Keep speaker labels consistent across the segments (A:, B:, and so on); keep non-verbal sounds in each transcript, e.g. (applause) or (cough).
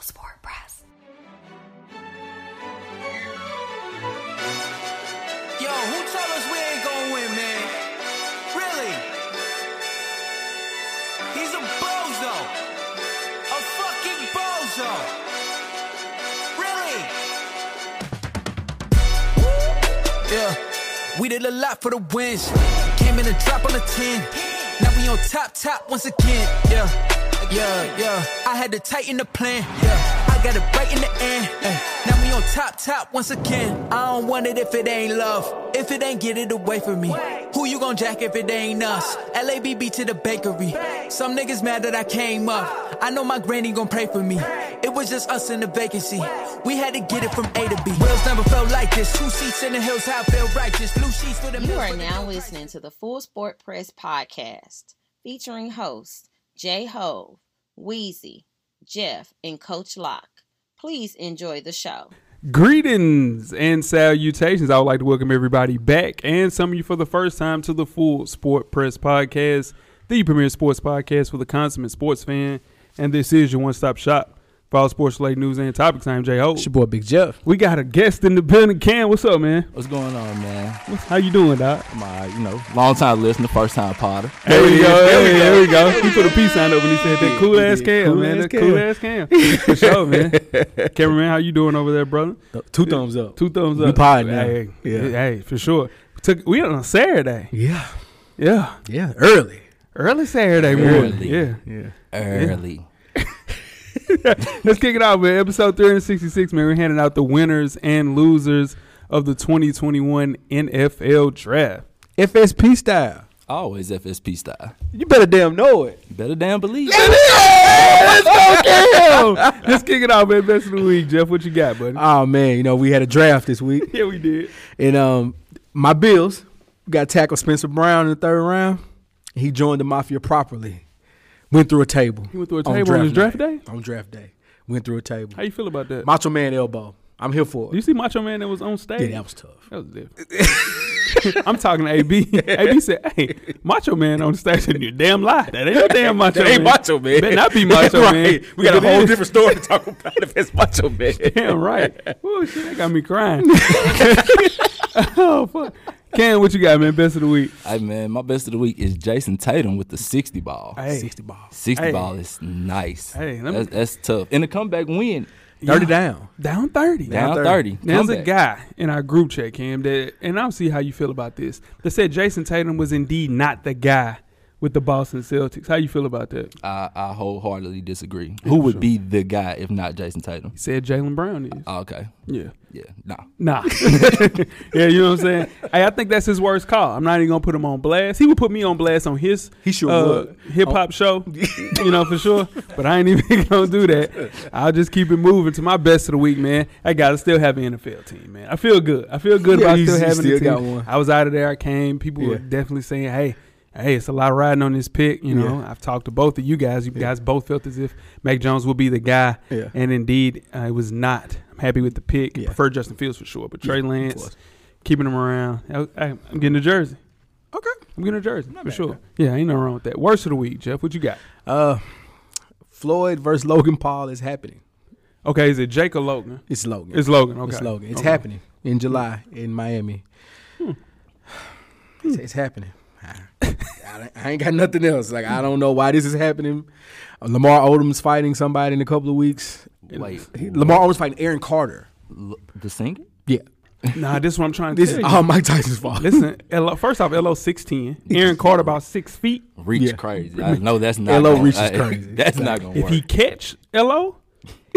A: Sport Press.
B: Yo, who tell us we ain't gonna win, man? Really? He's a bozo. A fucking bozo. Really? Yeah, we did a lot for the wins. Came in a drop on a 10. Now we on top, top once again. Yeah, yeah, yeah. I had to tighten the plan. Yeah, I got it right in the end. Ay, Now we on top, top once again. I don't want it if it ain't love. If it ain't get it away from me. Who you gon' jack if it ain't us? LABB to the bakery. Some niggas mad that I came up. I know my granny gon' pray for me. It was just us in the vacancy. We had to get it from A to B. Wheels never felt like this. Two seats in the hills, how I feel righteous. Blue sheets for the
C: You
B: mills,
C: are
B: but they
C: now
B: don't like
C: listening to the Full Sport Press podcast featuring hosts J Hove, Wheezy, Jeff, and Coach Locke. Please enjoy the show.
D: Greetings and salutations. I would like to welcome everybody back and some of you for the first time to the full Sport Press Podcast, the premier sports podcast for the consummate sports fan. And this is your one stop shop for all sports related news and topics. I'm Jay Ho.
E: It's your boy Big Jeff.
D: We got a guest in the building. Cam, what's up, man?
E: What's going on, man?
D: How you doing, Doc?
E: My, you know, long time listener, first time potter.
D: There we go. There we go. He put a peace sign up when he said that cool ass Cam,
E: Cool
D: man.
E: ass
D: That cool
E: Cam.
D: ass Cam. For sure, (laughs) man. Cameraman, how you doing over there, brother?
E: Uh, Two thumbs up.
D: Two thumbs up.
E: We pod now.
D: Hey,
E: Yeah.
D: hey, for sure. Took we on a Saturday.
E: Yeah,
D: Yeah,
E: yeah. Early.
D: early Saturday morning.
F: Early.
D: Yeah,
E: Yeah.
F: early.
D: let's kick it out, man. Episode 366, man. We're handing out the winners and losers of the 2021 NFL draft.
E: FSP style.
F: Always FSP style.
E: You better damn know it.
F: Better damn believe.
D: let's kick it out, man. Best of the week, Jeff. What you got, buddy?
E: Oh man, you know we had a draft this week,
D: (laughs) yeah, we did.
E: and um, my Bills got tackled Spencer Brown in the third round. He joined the mafia properly. Went through a table.
D: He went through a table on his draft
E: night.
D: day?
E: On draft day, went through a table.
D: How you feel about that?
E: Macho Man elbow. I'm here for
D: Do you
E: it.
D: see Macho Man that was on stage?
E: Yeah, that was tough.
D: That was different. (laughs) I'm talking to AB.
F: (laughs)
D: AB said, "Hey, Macho Man on the stage, and you damn lie. That ain't no damn Macho Man.
F: ain't Macho Man.
D: Better
E: (laughs)
D: not be
F: (laughs)
D: Macho Man.
F: We got
D: If
F: a
D: it
F: whole
D: is,
F: different
D: (laughs)
F: story to talk about if it's Macho Man.
D: Damn
F: (laughs)
D: right. Oh shit, that got me crying. (laughs) oh fuck. Cam, what you got, man? Best of the week.
F: Hey man, my best of the week is Jason Tatum with the 60 ball.
D: Hey,
E: 60 ball.
F: 60
D: hey.
F: ball is nice.
D: Hey, let me-
F: that's, that's tough. And the comeback win,
E: 30 down.
D: down thirty.
F: down 30.
E: 30.
D: There's a
F: Comeback.
D: guy in our group chat, Cam, that, and I'll see how you feel about this. That said, Jason Tatum was indeed not the guy with the Boston Celtics. How you feel about that?
F: I, I wholeheartedly disagree. Who would be the guy if not Jason Tatum?
D: He said Jalen Brown is.
F: Ah, okay.
D: yeah.
F: Yeah. Nah.
D: Nah. (laughs) yeah, you know what I'm saying? Hey, I think that's his worst call. I'm not even gonna put him on blast. He would put me on blast on his
E: He sure would. Oh.
D: hip hop
E: (laughs)
D: show, you know, for sure. But I ain't even (laughs) gonna do that. I'll just keep it moving to my best of the week, man. I gotta still have an NFL team, man. I feel good. I feel good
E: Yeah,
D: about
E: you-
D: still
E: you
D: having the
E: still got
D: team.
E: one.
D: I was out of there, I came. People were
E: Yeah.
D: definitely saying, Hey, Hey, it's a lot riding on this pick. You know, I've talked to both of you guys. You guys both felt as if Mac Jones would be the guy,
E: Yeah.
D: and indeed, uh, it was not. I'm happy with the pick.
E: Yeah.
D: Prefer Justin Fields for sure, but Trey Lance,
E: course.
D: keeping him around. I, am getting a jersey.
E: Okay.
D: I'm getting a jersey for sure. Yeah, ain't no wrong with that. Worst of the week, Jeff. What you got?
E: Uh, Floyd versus Logan Paul is happening.
D: Okay, is it Jake or Logan?
E: It's Logan.
D: It's Logan. Okay,
E: It's Logan. It's
D: Okay. (laughs)
E: happening in July in Miami. It's, it's happening. I, I- I ain't got nothing else. Like I don't know why this is happening. Uh, Lamar Odom's fighting somebody in a couple of weeks.
F: Wait.
E: He- Lamar Odom's fighting Aaron Carter.
F: L- the singer?
E: Yeah, (laughs)
D: Nah, this is what I'm trying to
E: this
D: tell
E: is
D: you.
E: all Mike Tyson's fault.
D: (laughs) Listen, LO, first off, LO six
E: (laughs)
D: ten. Aaron Carter about six feet.
F: Reach
E: Yeah.
F: crazy. I know (laughs) that's not.
E: LO
F: gonna-
E: reach is
F: I-
E: crazy.
F: That's not gonna
D: If
F: work.
D: he catch LO,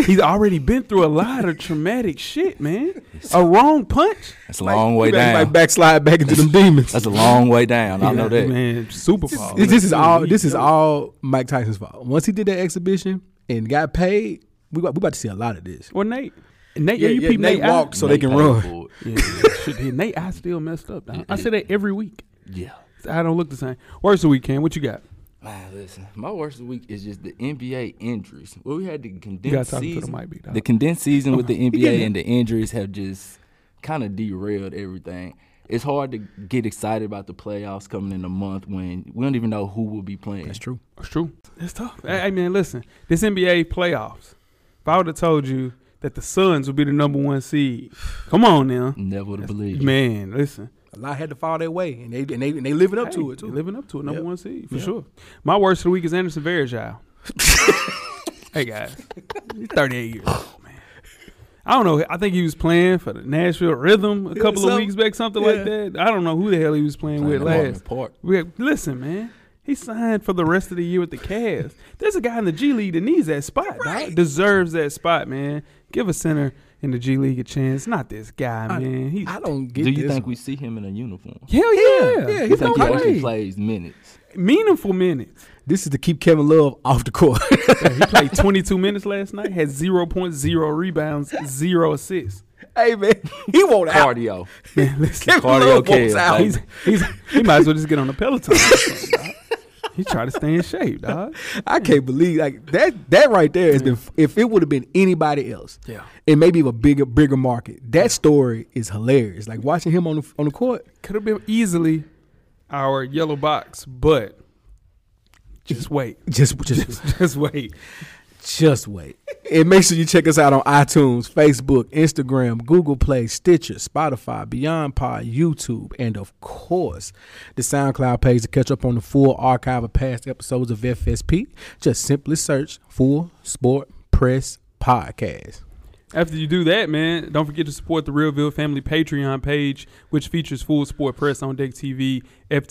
D: he's already been through a lot of traumatic shit,
E: (laughs)
D: man. A wrong punch.
F: that's a long way
E: He might- he might
F: down.
E: backslide back into them demons.
F: That's a long way down. I know that.
D: Man, Super Bowl.
E: This, this is all. This is all Mike Tyson's fault. Once he did that exhibition and got paid, we about, we about to see a lot of this.
D: Well, Nate. Nate, yeah, you peep
E: Nate
D: Nate out?
E: walked so they can run.
D: (laughs) Yeah, shit, yeah, Nate, I still messed up. dog. I say that every week.
F: Yeah.
D: I don't look the same. Worst of the week, Cam. What you got?
F: Man, listen, my worst of the week is just the NBA injuries. Well, we had the
D: gotta
F: condensed
D: talk to the
F: season.
D: mic, big dog.
F: the condensed season with the
E: (laughs) getting
F: NBA and the injuries have just kind of derailed everything. It's hard to get excited about the playoffs coming in a month when we don't even know who will be playing.
E: That's true.
D: It's true. It's tough. Hey, hey, man, listen. This NBA playoffs, If I would have told you that the Suns would be the number one seed, come on now,
F: Never would have believed. Man.
D: man, listen.
E: A lot had to fall their way, and they and they and they living up to
D: Hey,
E: it too.
D: they're Living up to it, number
E: Yep.
D: one seed for
E: Yep.
D: sure. My worst of the week is Anderson
E: (laughs)
D: Varejao. hey guys, he's 38 years old, man. I don't know. I think he was playing for the Nashville Rhythm a couple of
E: some-
D: weeks back, something
E: yeah.
D: like that. I don't know who the hell he was playing, with last. We had- listen, man. He signed for the rest of the year with the Cavs. There's a guy in the G League that needs that spot. dog.
E: Right.
D: Deserves that spot, man. Give a center in the G League a chance. Not this guy, man. He,
E: I don't get
F: Do you
E: this.
F: think we see him in a uniform?
D: hell yeah.
E: yeah,
F: You
E: he's gonna
F: think he actually
E: play. (laughs)
F: plays minutes?
D: Meaningful minutes.
E: This is to keep Kevin Love off the court.
D: He played 22 minutes last night, had 0.0 rebounds, zero assists.
E: (laughs)
D: (laughs)
E: hey man, he won't (laughs) out.
F: Cardio.
D: Man, listen,
E: Kevin
F: Cardio
E: Love wants
F: kills,
E: out.
F: baby.
D: he's, he's, he might as well just get on the Peloton. or something, dog. He try to stay in shape, dog.
E: I can't believe like that. That right there has been. If it would have been anybody else,
D: Yeah.
E: and maybe a bigger, bigger market. That story is hilarious. Like watching him on the on the court.
D: Could have been easily our yellow box, but just wait. (laughs)
E: Just, just,
D: Just wait.
E: just wait. and make sure you check us out on iTunes, Facebook, Instagram, Google Play, Stitcher, Spotify, Beyond Pod, YouTube, and of course, the SoundCloud page to catch up on the full archive of past episodes of FSP. Just simply search Full Sport Press Podcast.
D: After you do that, man, don't forget to support the Realville Family Patreon page, which features full sport press on deck TV,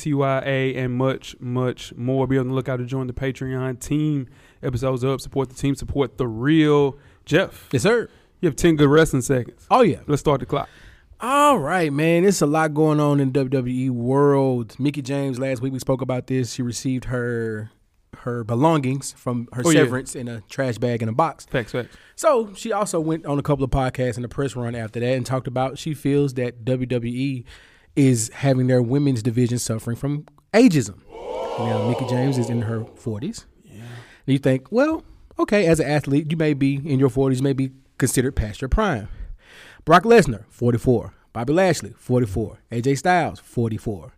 D: FTYA, and much, much more. Be on the lookout to join the Patreon team. Episodes up, support the team, support the real Jeff.
E: Yes, sir.
D: You have 10 good wrestling seconds.
E: Oh yeah.
D: Let's start the clock.
E: All right, man. It's a lot going on in WWE world. Mickey James last week we spoke about this. She received her her belongings from her
D: Oh, yeah.
E: severance in a trash bag in a box.
D: Facts, facts.
E: So she also went on a couple of podcasts and a press run after that and talked about she feels that WWE is having their women's division suffering from ageism. Now Mickey James is in her forties. Yeah. And you think, well, okay, as an athlete, you may be in your forties, you may be considered past your prime. Brock Lesnar, forty-four. Bobby Lashley, forty-four. AJ Styles, forty-four.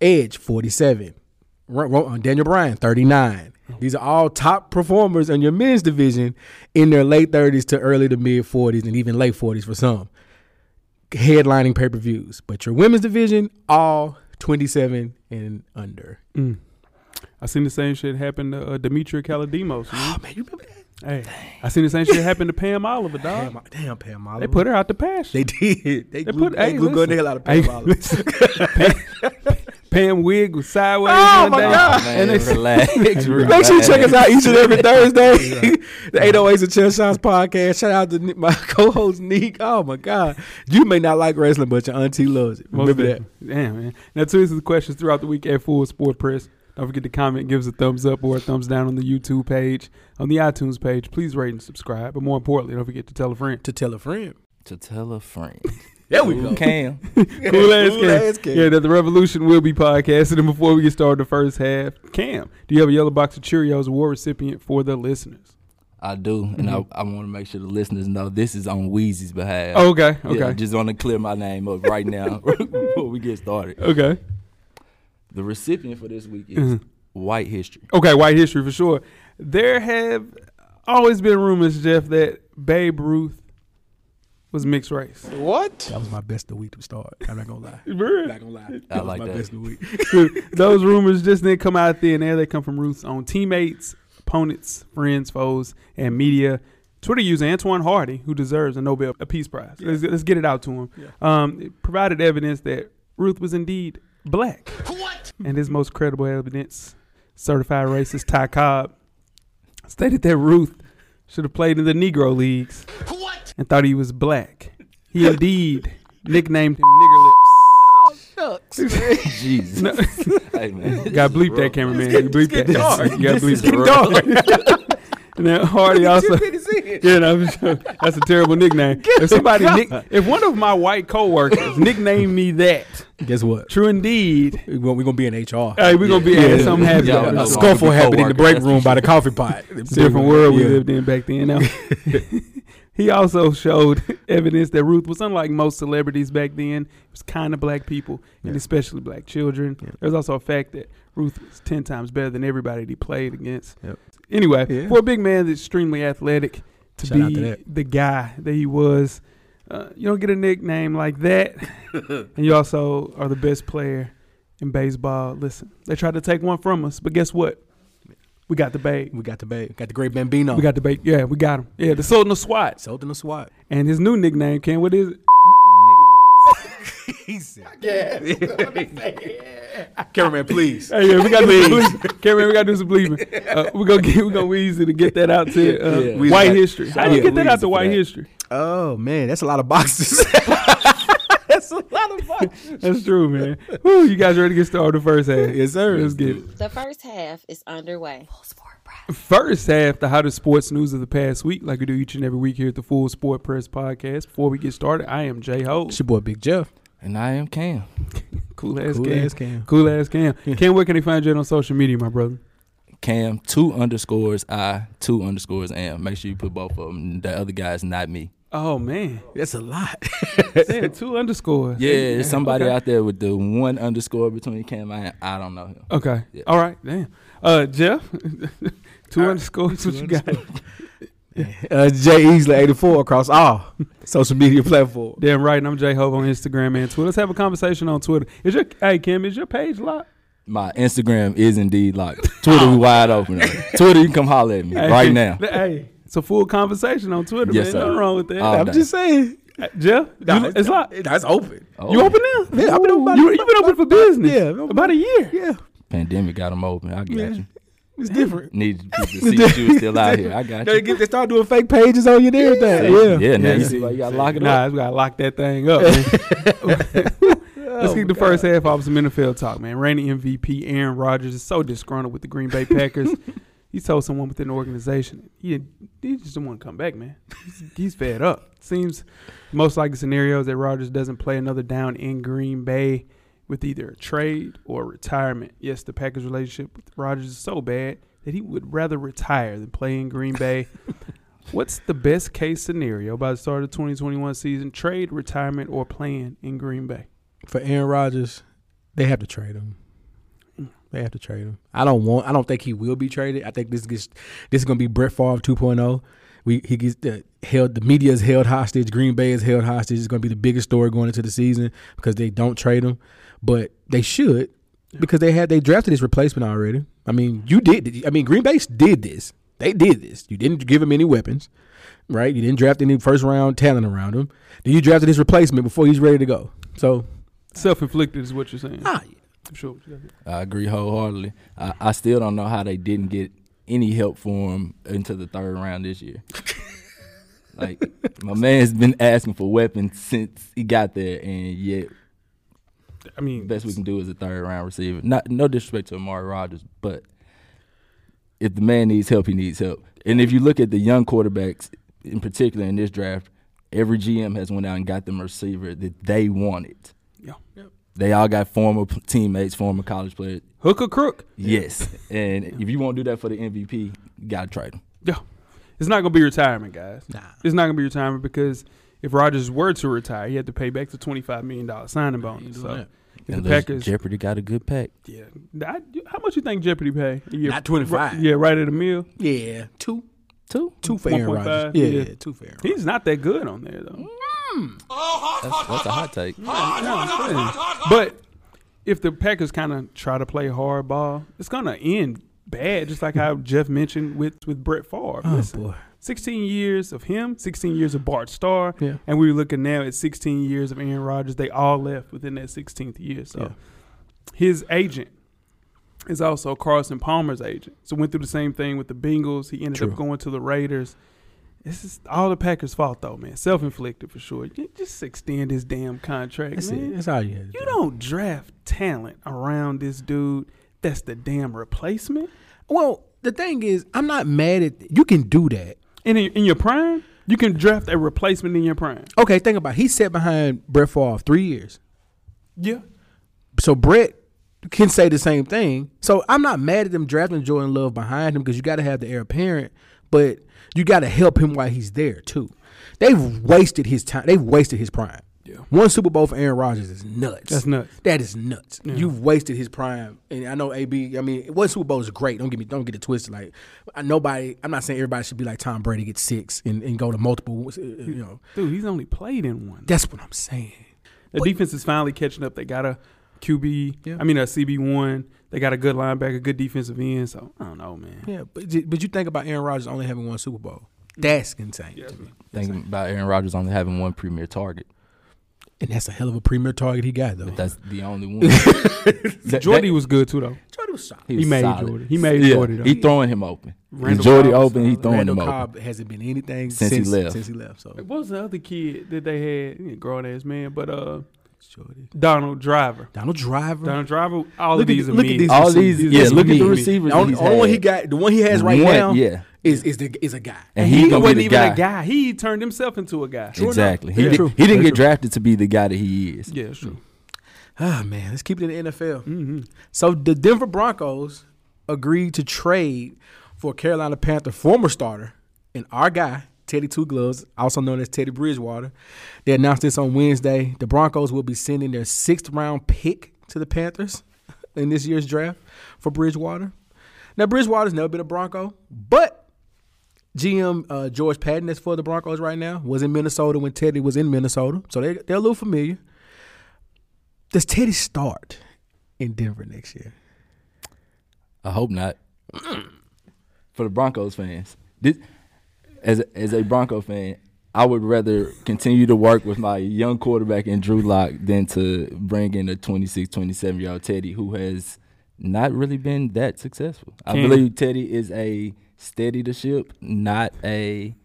E: Edge, 47. Ro- Ro- uh, Daniel Bryan, 39. These are all top performers in your men's division in their late 30s to early to mid 40s and even late 40s for some. Headlining pay per views. But your women's division, all 27 and under.
D: I seen the same shit happen to uh, Demetria Kaladimos. man.
E: (gasps) Oh, man, you remember that?
D: hey, I seen the same shit happen to Pam Oliver, dog.
E: Damn, damn Pam Oliver.
D: They put her out the pasture.
E: They did. They,
D: They
E: glued,
D: put-
E: they
D: hey,
E: glued gun the
D: listen.
E: hell out of Pam
D: Hey,
E: Oliver.
D: (laughs) Pam wig was sideways.
E: Oh,
D: the other
E: my
D: day.
E: God.
D: And they
E: (laughs)
F: relax.
E: Make sure you check us out each and every Thursday. the 808s and Chess Shots podcast. Shout out to Ne- my (laughs) co host, Neek. Oh, my God. You may not like wrestling, but your auntie loves it.
D: Most
E: Remember that.
D: definitely. Damn, man. Now, two is the questions throughout the week at Full Sport Press. Don't forget to comment, give us a thumbs up or a thumbs down on the YouTube page, on the iTunes page. Please rate and subscribe. But more importantly, don't forget to tell a friend.
E: To tell a friend.
F: To tell a friend.
E: There we
F: Who
E: go.
F: Cam.
D: (laughs) Cool ass
E: Cool
D: Cam.
E: ass Cam.
D: Yeah, that the revolution will be podcasted. And before we get started, the first half, Cam, do you have a yellow box of Cheerios award recipient for the listeners?
F: I do, and
D: Mm-hmm.
F: I, I want to make sure the listeners know this is on Wheezy's behalf.
D: Okay,
F: Yeah,
D: okay,
F: I just want to clear my name up right now (laughs) before we get started.
D: okay, Mm-hmm.
F: The recipient for this week is White History.
D: okay. White history for sure. There have always been rumors, Jeff, that Babe Ruth was mixed race.
E: That was my best of the week to start. I'm not going to (laughs) lie.
D: Bruh.
E: Not gonna lie.
F: I
E: was
F: like
E: my
F: that.
E: best of the (laughs) week.
D: Those rumors just didn't come out thin air. They come from Ruth's own teammates, opponents, friends, foes, and media. Twitter user Antoine Hardy, who deserves a Nobel Peace Prize. Let's, let's get it out to him. Um, it provided evidence that Ruth was indeed black. And his most credible evidence, certified racist Ty Cobb, stated that Ruth should have played in the Negro Leagues and thought he was black. He indeed nicknamed him Nigger Lips.
F: Jesus. (laughs) hey, man.
D: (laughs) You gotta bleep that cameraman. You bleep that. You gotta bleep
F: getting
D: that. (laughs) And then Hardy also. (laughs) Yeah, no, I'm sure. that's a terrible nickname. If somebody, nick, if one of my white coworkers nicknamed me that,
E: Guess what?
D: true indeed,
E: We're going to be in HR.
D: hey, we're gonna be
E: Yeah.
D: at something happy.
F: Yeah, I
E: a
F: know.
E: scuffle happened in the
F: Coworker,
E: break
F: that's
E: room by the coffee (laughs) pot.
D: It's a different world we
E: Yeah.
D: lived in back then. Now,
E: (laughs)
D: (laughs) he also showed (laughs) evidence that Ruth was unlike most celebrities back then. It was kind of black people, and especially black children. There was also a fact that Ruth was 10 times better than everybody he played against.
E: Yep.
D: Anyway,
E: Yeah.
D: for a big man that's extremely athletic, to
E: Shout out
D: be
E: to that.
D: the guy that he was. Uh, you don't get a nickname like
E: (laughs)
D: that, and you also are the best player in baseball. Listen, they tried to take one from us, but guess what? We got the bag.
E: We got the bag. Got the great Bambino.
D: We got the bag. Yeah, we got him. Yeah, the Sultan of Swat,
E: sold in the SWAT.
D: and his new nickname, Ken. What is it?
E: Cameraman, please.
D: Hey, yeah, we got to do some bleeping. Cameron, we got to do some bleeping. Uh, we're gonna get, we're gonna Weezy to get that out to uh,
F: Yeah.
E: Weezy
D: White
E: got-
D: History. How do you
F: Yeah,
D: get that
F: Weezy
D: out to
F: for
D: White
F: that.
D: History?
E: Oh man, that's a lot of boxes. (laughs) that's a lot of boxes.
D: That's true, man. Woo, you guys ready to get started with the first half?
E: Yes, sir.
D: Let's get it.
C: The first half is underway.
D: First half, the hottest sports news of the past week, like we do each and every week here at the Full Sport Press Podcast. Before we get started, I am J Ho.
E: It's your boy Big Jeff.
F: And I am Cam.
D: Cool ass
E: Cool
D: Cam.
E: ass Cam.
D: Cool ass Cam. Cam, where can they find you at on social media, my brother?
F: Cam, two underscores I, two underscores am. Make sure you put both of them. The other guy's not me.
D: Oh man,
E: That's a lot. (laughs)
D: Damn, two underscores.
F: Yeah, there's somebody
D: okay.
F: out there with the one underscore between Cam and I. I don't know him.
D: Okay.
F: Yeah.
D: All right. Damn. Uh, Jeff, (laughs) two underscores. What you got?
E: Uh, Jay Easley, eighty four across all social
D: (laughs)
E: media platforms.
D: Damn right, and I'm J Hope on Instagram and Twitter. Let's have a conversation on Twitter. Is your hey Kim, is your page locked?
F: My Instagram is indeed locked. Twitter we wide open. Twitter, you can come holler at me
D: Oh. Hey,
F: right now.
D: (laughs) Hey, it's a full conversation on Twitter,
F: Yes,
D: man.
F: sir.
D: Nothing wrong with that.
F: All
E: I'm
F: day.
E: just saying.
D: Hey, Jeff,
E: Nah,
D: you- it's locked.
E: That's open.
F: Oh,
D: you open now?
E: Yeah, I've been open about-
D: you, have been open for business.
E: Yeah, I've been open-
D: about a year.
E: Yeah,
F: Pandemic got them open. I got you.
E: it's different.
F: Needed
E: (laughs)
F: people to see she was still out here. I got
E: They,
F: you.
E: get, they start doing fake pages on you and everything. Yeah,
F: Yeah, now
D: Yeah.
F: you see why you got to lock it up.
D: Nah, we gotta lock that thing (laughs) up. Oh, man. Let's get the first half off some NFL talk, man. Reigning MVP Aaron Rodgers is so disgruntled with the Green Bay Packers. (laughs) he told someone within the organization he he just didn't want to come back, man. He's, he's fed up. Seems most likely scenario is that Rodgers doesn't play another down in Green Bay with either a trade or retirement. Yes, the Packers' relationship with Rodgers is so bad that he would rather retire than play in Green (laughs) Bay. What's the best case scenario by the start of 2021 season? Trade, retirement, or playing in Green Bay?
E: for Aaron Rodgers, they have to trade him. They have to trade him. I don't want. I don't think he will be traded. I think this gets this is going to be Brett Favre 2.0. We he gets the, held. The media is held hostage. Green Bay is held hostage. It's going to be the biggest story going into the season because they don't trade him, but they should because they had they drafted his replacement already. I mean, you did. I mean, Green Bay did this. They did this. You didn't give him any weapons, right? You didn't draft any first round talent around him. Then you drafted his replacement before he's ready to go. So
D: Self inflicted is what you're saying.
E: Ah, yeah.
D: I'm sure.
F: I agree wholeheartedly. I, I still don't know how they didn't get any help for him until the third round
E: (laughs)
F: this year. like my man's been asking for weapons since he got there, and yet
D: I mean,
F: best we can do is a third round receiver. Not no disrespect to Amari Rogers, but if the man needs help, he needs help. And if you look at the young quarterbacks in particular in this draft, every GM has went out and got them a receiver that they wanted.
D: yeah.
F: They all got former p- teammates, former college players.
D: Hook or crook? (laughs)
F: Yes, and if you won't do that for the MVP, you gotta trade him.
D: Yeah. It's not going to be retirement, guys.
E: Nah.
D: It's not going to be retirement because if Rodgers were to retire, he had to pay back the $25 million signing bonus. So
E: that.
D: if the
F: Unless
D: Packers.
F: Jeopardy got a good pack.
D: yeah. I- how much you think Jeopardy pay? a year?
E: Not 25.
D: Right- yeah, right at a meal.
E: Yeah, two,
F: Two.
E: two for Aaron
D: 1.5,
E: Rodgers. Yeah,
D: yeah.
E: yeah, two for Aaron. Rodgers.
D: He's not that good on there,
E: Mm.
D: though.
F: That's, that's a hot take.
D: No, I'm saying. But if the Packers kind of try to play hard ball, it's gonna end bad. Just like how Jeff mentioned with with Brett Favre.
E: Oh,
D: Listen,
E: boy.
D: 16 years of him, 16 years of Bart Starr,
E: Yeah.
D: and we were looking now at 16 years of Aaron Rodgers. They all left within that 16th year. So his agent is also Carson Palmer's agent. So went through the same thing with the Bengals. He ended
E: True.
D: up going to the Raiders. This is all the Packers' fault though, man. Self inflicted for sure. You Just extend his damn contract,
E: That's
D: man.
E: it. That's all you had. to
D: You
E: do.
D: don't draft talent around this dude. That's the damn replacement.
E: Well, the thing is, I'm not mad at you. Can do that.
D: And in, in your prime, you can draft a replacement in your prime.
E: Okay, think about. It. He sat behind Brett Favre three years,
D: Yeah,
E: so Brett can say the same thing. So I'm not mad at them drafting Jordan Love behind him because you got to have the heir apparent, but you got to help him while he's there too. They've wasted his time. They've wasted his prime. One Super Bowl for Aaron Rodgers is nuts.
D: That's nuts.
E: That is nuts. You've wasted his prime, and I know AB. I mean, one Super Bowl is great. Don't get me. Don't get it twisted. Like I- nobody. I'm not saying everybody should be like Tom Brady, get six and, and go to multiple. uh, You know,
D: Dude, he's only played in one.
E: that's what I'm saying.
D: The defense is finally catching up. They got a QB.
E: Yeah.
D: I mean a CB one. They got a good linebacker, good defensive end. So I don't know, man.
E: Yeah, but j- but you think about Aaron Rodgers only having one Super Bowl. That's insane to me,
F: Thinking about Aaron Rodgers only having one premier target.
E: and that's a hell of a premier target he got though.
F: That's the only one. That-
D: (laughs) Jordy
F: that-
D: was good too, though.
E: Jordy was solid.
D: He
F: was
D: made
F: solid.
D: Jordy. He made
F: Yeah,
D: Jordy. Though.
F: He throwing him open.
D: Randall
F: If Jordy
D: Cobb was
F: open, he
D: solid.
F: throwing
E: Randall
F: him
E: Cobb hasn't been anything
F: Since he
E: since
F: left.
E: Since he left, so
D: what was the other kid that they had? He a grown ass man, but uh,
E: it's Jordy.
D: Donald Driver.
E: Donald Driver.
D: Donald Driver. All
E: Look
D: of
E: at
D: these
E: the-
D: are
E: look at
D: me.
E: these
F: open. All these,
E: He's-
F: yeah.
D: he's
F: Look at
D: mean.
F: the receivers.
E: The only,
F: he's
E: only one he
F: had.
E: got, the one he has right
F: One,
E: now,
F: yeah.
E: is is the is a guy.
F: and
D: he
F: Oh, he gonna
D: wasn't
F: be the
D: even
F: guy.
D: a guy. He turned himself into a guy.
F: Exactly. He,
D: Yeah.
F: did,
D: True.
F: he didn't
D: That's
F: get
D: true.
F: drafted to be the guy that he is.
D: Yeah, it's true.
E: Ah man, let's keep it in the NFL. So the Denver Broncos agreed to trade for Carolina Panther former starter and our guy Teddy Two Gloves, also known as Teddy Bridgewater. They announced this on Wednesday. The Broncos will be sending their sixth round pick to the Panthers in this year's draft for Bridgewater. Now Bridgewater's never been a Bronco, but GM uh, George Patton that's for the Broncos right now was in Minnesota when Teddy was in Minnesota, so they they're a little familiar. Does Teddy start in Denver next year?
F: I hope not. For the Broncos fans, this, as as a Bronco fan, I would rather continue to work with my young quarterback in Drew Lock than to bring in a 26, 27 year old Teddy who has not really been that successful. I
D: Can-
F: believe Teddy is a steady to ship, not a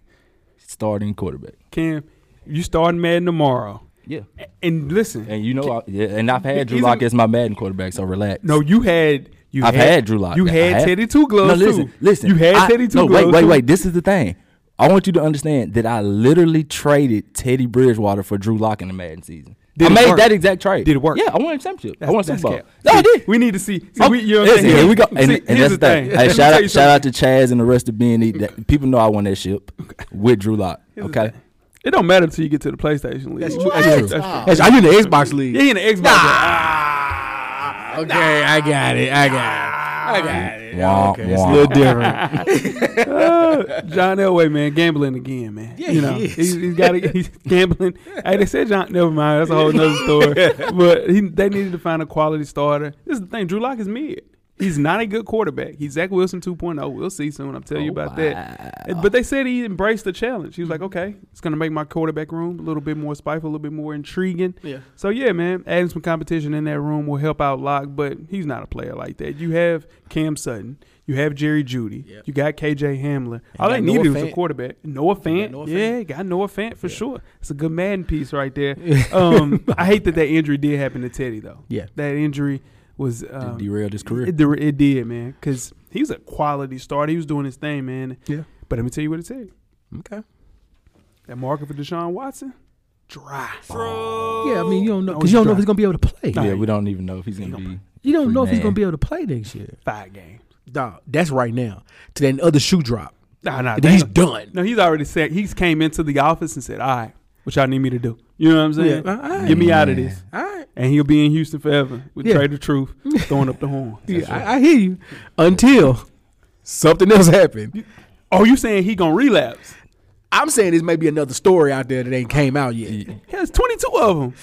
F: starting quarterback.
D: Cam, you starting Madden tomorrow,
F: Yeah,
D: A- and listen,
F: and you know, I, yeah, and I've had Drew
D: He's a-
F: Lock as my Madden quarterback, so relax.
D: no, you had you.
F: I've had, Drew Lock.
D: You
F: I
D: had, Teddy Two Gloves
F: No, listen,
D: too.
F: listen.
D: you had
F: I-
D: Teddy Two
F: no,
D: Gloves.
F: Wait, wait,
D: too.
F: wait. This is the thing. I want you to understand that I literally traded Teddy Bridgewater for Drew Lock in the Madden season.
D: Did
F: I
D: it
F: made
D: work?
F: that exact trade.
D: Did it work?
F: Yeah, I won a championship.
D: That's-
F: I won a
D: that's
F: Super Bowl.
D: cap.
F: No, I
D: See,
F: did.
D: We need to see. see
F: Oh,
D: we, you know what I'm
F: listen,
D: saying?
F: here we go. And,
D: See,
F: and
D: here's
F: that's the thing. Hey,
D: Let me
F: shout
D: tell you
F: out, shout out
D: something.
F: to Chaz and the rest of B&E. That, people know I won that ship with Drew Lock.
D: Here's the
F: okay.
D: thing. It don't matter until you get to the PlayStation League.
E: That's true. That's true. That's- Are you in the Xbox league?
D: Yeah, he in the Xbox.
E: Okay, I got it. I got it. I got it.
F: Wah,
E: okay, it's a
F: wah.
E: little different.
D: Uh, John Elway, man, gambling again, man.
E: Yeah,
D: you know,
E: he is.
D: he's, he's got to, he's gambling. hey, they said John. Never mind, that's a whole nother
E: (laughs)
D: story. but he, they needed to find a quality starter. This is the thing. Drew Lock is mid. He's not a good quarterback. He's Zach Wilson 2.0. We'll see soon. I'm telling you
F: Oh,
D: about that. But they said he embraced the challenge. He was like, okay, it's going to make my quarterback room a little bit more spiteful, a little bit more intriguing.
E: Yeah.
D: So, yeah, man, adding some competition in that room will help out Locke, but he's not a player like that. You have Cam Sutton. You have Jerry Judy.
E: Yep.
D: You got KJ Hamler. All
E: got
D: they
E: Noah
D: needed was a
E: Fant.
D: quarterback. Noah Fant.
E: Noah
D: yeah, got Noah Fant for sure. It's a good Madden piece right
E: (laughs)
D: there. um, I hate that that injury did happen to Teddy, though.
E: Yeah.
D: That injury was. Um,
F: derailed his career.
D: It, der- it did, man. Because he's a quality starter. He was doing his thing, man.
E: Yeah.
D: But let me tell you what it said.
E: Okay.
D: That market for Deshaun Watson, dry.
E: Yeah, I mean you don't know
D: No,
E: because you don't
D: he's
E: know if he's gonna be able to play.
F: Yeah, we don't even know if he's going to be.
E: You don't know if he's
F: Man.
E: gonna be able to play next year.
D: Five games.
E: Dog, that's right now. To that other shoe drop,
D: Nah, nah.
E: and then he's
D: they-
E: done.
D: No, he's already said he's came into the office and said, "All right, what y'all need me to do? You know what I'm saying?
E: Yeah, all right.
D: Get me out of this."
E: All right.
D: And he'll be in Houston forever with
E: Yeah.
D: Trade the Truth
E: (laughs)
D: throwing up the horn.
E: Yeah, I, I hear you. Until something else happened.
D: Oh, you saying he gonna relapse?
E: I'm saying this may be another story out there that ain't came out yet.
D: He has 22 of them.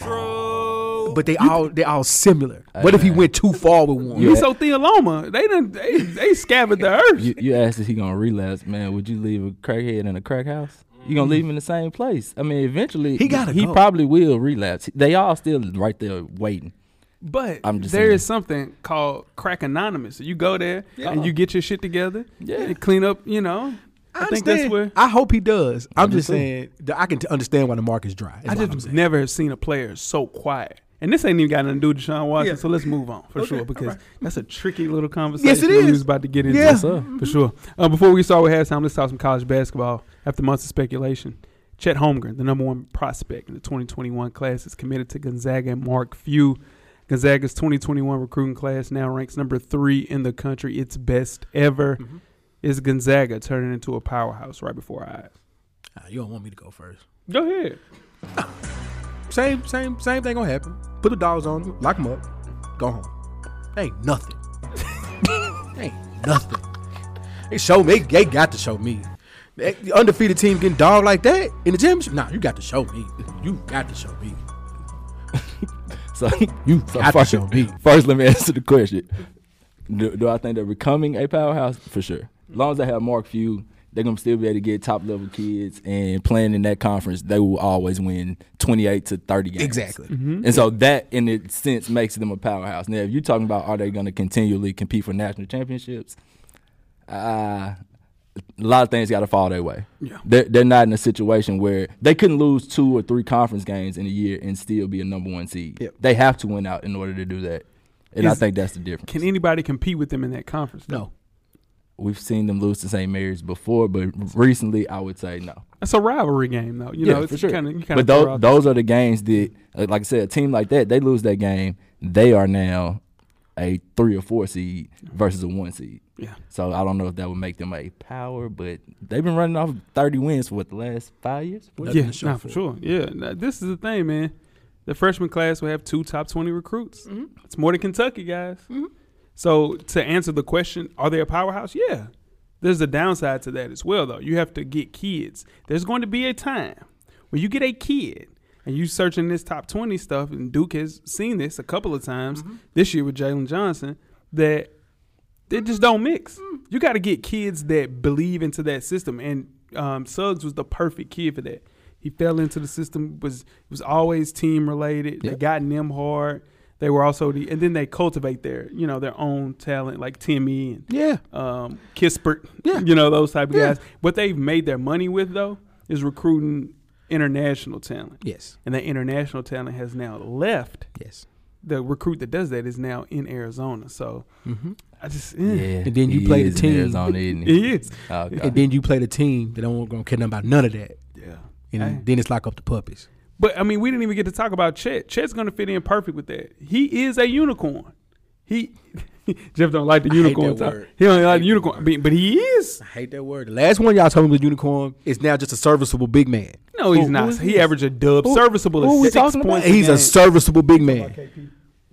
E: But they all they all similar. What if he went too far with one?
F: Yeah.
D: Mesothelioma. They done they, they scavenged the earth.
F: You, you asked if he gonna relapse, man. Would you leave a crackhead in a crack house? You gonna leave him in the same place? I mean, eventually
E: He gotta
F: He
E: go.
F: probably will relapse. They all still right there waiting. (laughs)
D: But there
F: I'm
D: is
F: just saying.
D: something called crack anonymous. You go there and you get your shit together.
F: Yeah.
D: and clean up. You know. I, think that's
E: understand.
D: where.
E: I hope he does. I'm just
F: too.
E: saying that I can t- understand why the market's dry.
D: I
E: That's what I'm
D: just
E: saying.
D: never have seen a player so quiet. And this ain't even got nothing to do with Deshaun Watson,
E: Yeah.
D: so let's move on for
E: Okay,
D: sure because
E: alright.
D: that's a tricky little conversation that
E: it
D: we
E: is.
D: was about to get into.
E: Yeah. Yes, sir.
D: For sure. Uh, before we start with halftime, let's talk some college basketball. After months of speculation, Chet Holmgren, the number one prospect in the 2021 class, is committed to Gonzaga and Mark Few. Gonzaga's 2021 recruiting class now ranks number three in the country, its best ever.
E: Mm-hmm.
D: Is Gonzaga turning into a powerhouse right before our eyes?
E: Ah, you don't want me to go first.
D: Go ahead.
E: Same, same, same thing gonna happen. Put the dogs on them, lock them up, go home. Ain't nothing. (laughs) Ain't nothing. They show me. They got to show me. That- The undefeated team getting dogged like that in the championship. Nah, you got to show me. You got to show me.
F: So
E: You
F: so
E: got to
F: first,
E: show
D: (laughs)
E: me.
F: First, let me (laughs) answer the question: do, do I think they're becoming a powerhouse? For sure. As long as they have Mark Few, they're gonna still be able to get top level kids and playing in that conference. They will always win twenty eight to thirty games.
E: Exactly.
F: And so that, in its sense, makes them a powerhouse. Now, if you're talking about are they going to continually compete for national championships, uh, a lot of things got to fall their way.
D: Yeah.
F: They're, they're not in a situation where they couldn't lose two or three conference games in a year and still be a number one seed.
E: Yep.
F: They have to win out in order to do that. And I
D: Is-
F: think that's the difference.
D: Can anybody compete with them in that conference? though?
E: No.
F: We've seen them lose to St. Mary's before, but recently I would say no.
D: That's a rivalry game, though. You
F: yeah,
D: know,
F: for
D: it's
F: sure.
D: kind of you kind
F: but
D: of.
F: those, those are the games that, uh, like I said, a team like that, they lose that game, they are now a three or four seed versus a one seed.
D: Yeah.
F: So I don't know if that would make them a power, but they've been running off thirty wins for what the last five years.
E: Nothing
D: yeah,
E: to show
D: nah, for
E: it.
D: sure. Yeah, nah, this is the thing, man. The freshman class will have two top twenty recruits. It's more than Kentucky guys. So to answer the question, are they a powerhouse? Yeah. There's a downside to that as well, though. You have to get kids. There's going to be a time when you get a kid and you searching this top twenty stuff, and Duke has seen this a couple of times this year with Jalen Johnson that they just don't mix. You got to get kids that believe into that system, and um, Suggs was the perfect kid for that. He fell into the system was was always team related. They
F: Yep.
D: got them hard. They were also the, and then they cultivate their you know their own talent like Timmy and
E: Yeah.
D: um, Kispert,
E: Yeah.
D: you know those type of
E: Yeah.
D: guys. What they've made their money with though is recruiting international talent,
E: Yes.
D: and that international talent has now left.
E: Yes.
D: The recruit that does that is now in Arizona. So
E: Mhm.
D: I just eh.
E: And then you play the
F: is in
E: team.
F: Arizona, isn't he?
D: He is.
F: Okay.
E: And then you play the team that don't gonna care nothing about none of that.
D: Yeah.
E: And
D: Hey.
E: then it's lock up the puppies.
D: But I mean, we didn't even get to talk about Chet. Chet's gonna fit in perfect with that. He is a unicorn. He (laughs) Jeff don't like the
E: hate
D: unicorn
E: that
D: talk.
E: word.
D: He don't
E: I hate
D: like
E: that
D: the unicorn. I mean, but he is.
E: I hate that word. The last one y'all told me was unicorn is now just a serviceable big man.
D: No, he's
F: Who- who
D: not.
F: is
D: He
F: this?
D: averaged a dub.
F: Who-
D: Serviceable
F: who we
D: is six
F: talking about?
D: points.
E: He's a serviceable big man.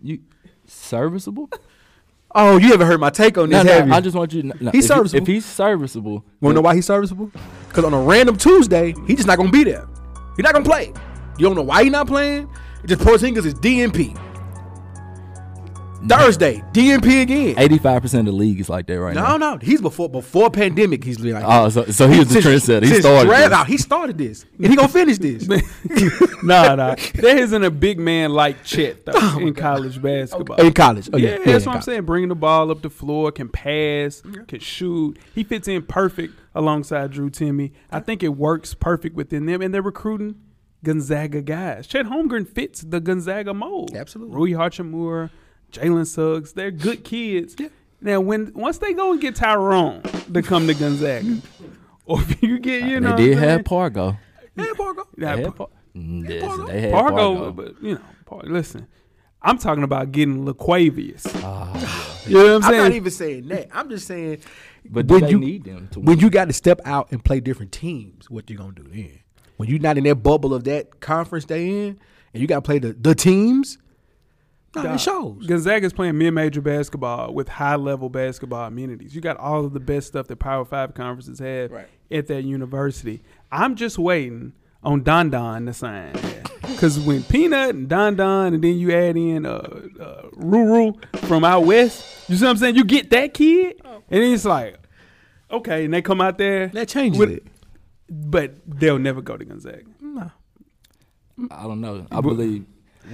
F: you
D: (laughs)
F: serviceable?
E: Oh, you haven't heard my take on
F: No,
E: this, have
F: no,
E: you?
F: I just want you. To, no,
E: He's
F: if you-
E: serviceable.
F: if he's serviceable,
E: Wanna know why he's serviceable? Because on a random Tuesday, he just not gonna be there. He not gonna play. You don't know why he not playing? It's just Porzingis is DNP.
F: Mm-hmm.
E: Thursday, DNP again.
F: eighty-five percent of the league is like that right
E: No,
F: now.
E: no, he's before before pandemic. He's been like,
F: Oh, so, so he
D: (laughs)
F: was the
E: Since-
F: trendsetter. He
E: since
F: started.
E: draft-
F: this.
E: oh, he started this, and he gonna finish
F: (laughs)
E: this.
D: (laughs) nah, nah. There isn't a big man like Chet
F: (laughs)
D: though
F: Oh
D: in college basketball.
E: in college. Oh, yeah,
D: Yeah, that's
E: yeah,
D: what I'm
E: college.
D: saying. Bringing the ball up the floor, can pass, can shoot. He fits in perfect alongside Drew Timmy. I think it works perfect within them, and they're recruiting Gonzaga guys. Chet Holmgren fits the Gonzaga mold.
E: Absolutely.
D: Rui Hachimura, Jalen Suggs, they're good kids. Now, when once they go and get Tyrone to come to Gonzaga, (laughs) or if you get, you know,
F: they did
D: what I'm
F: have
D: saying?
F: Pargo.
E: Hey, Parker.
D: Nah,
F: They
D: Pa-
F: had Par- Yes,
E: Pargo.
F: they had
D: Pargo,
F: Pargo.
D: but you know, Par- listen, I'm talking about getting Laquavius.
F: Ah,
D: You know what I'm
E: I'm
D: saying?
E: not even saying that. I'm just saying
F: But do
E: when
F: they
E: you
F: need them to
E: when
F: win?
E: you got to step out and play different teams, what you gonna do then? When you're not in that bubble of that conference they in, and you gotta play the the teams, nah, it shows.
D: Gonzaga's playing mid-major basketball with high-level basketball amenities. You got all of the best stuff that Power Five conferences have
E: Right.
D: at that university. I'm just waiting on Don Don to sign because when Peanut and Don Don, and then you add in uh, uh, Ruru from out west, you see what I'm saying? You get that kid, and it's like, okay, and they come out there,
E: That changes
D: With-
E: it.
D: but they'll never go to Gonzaga.
F: I don't know. I believe.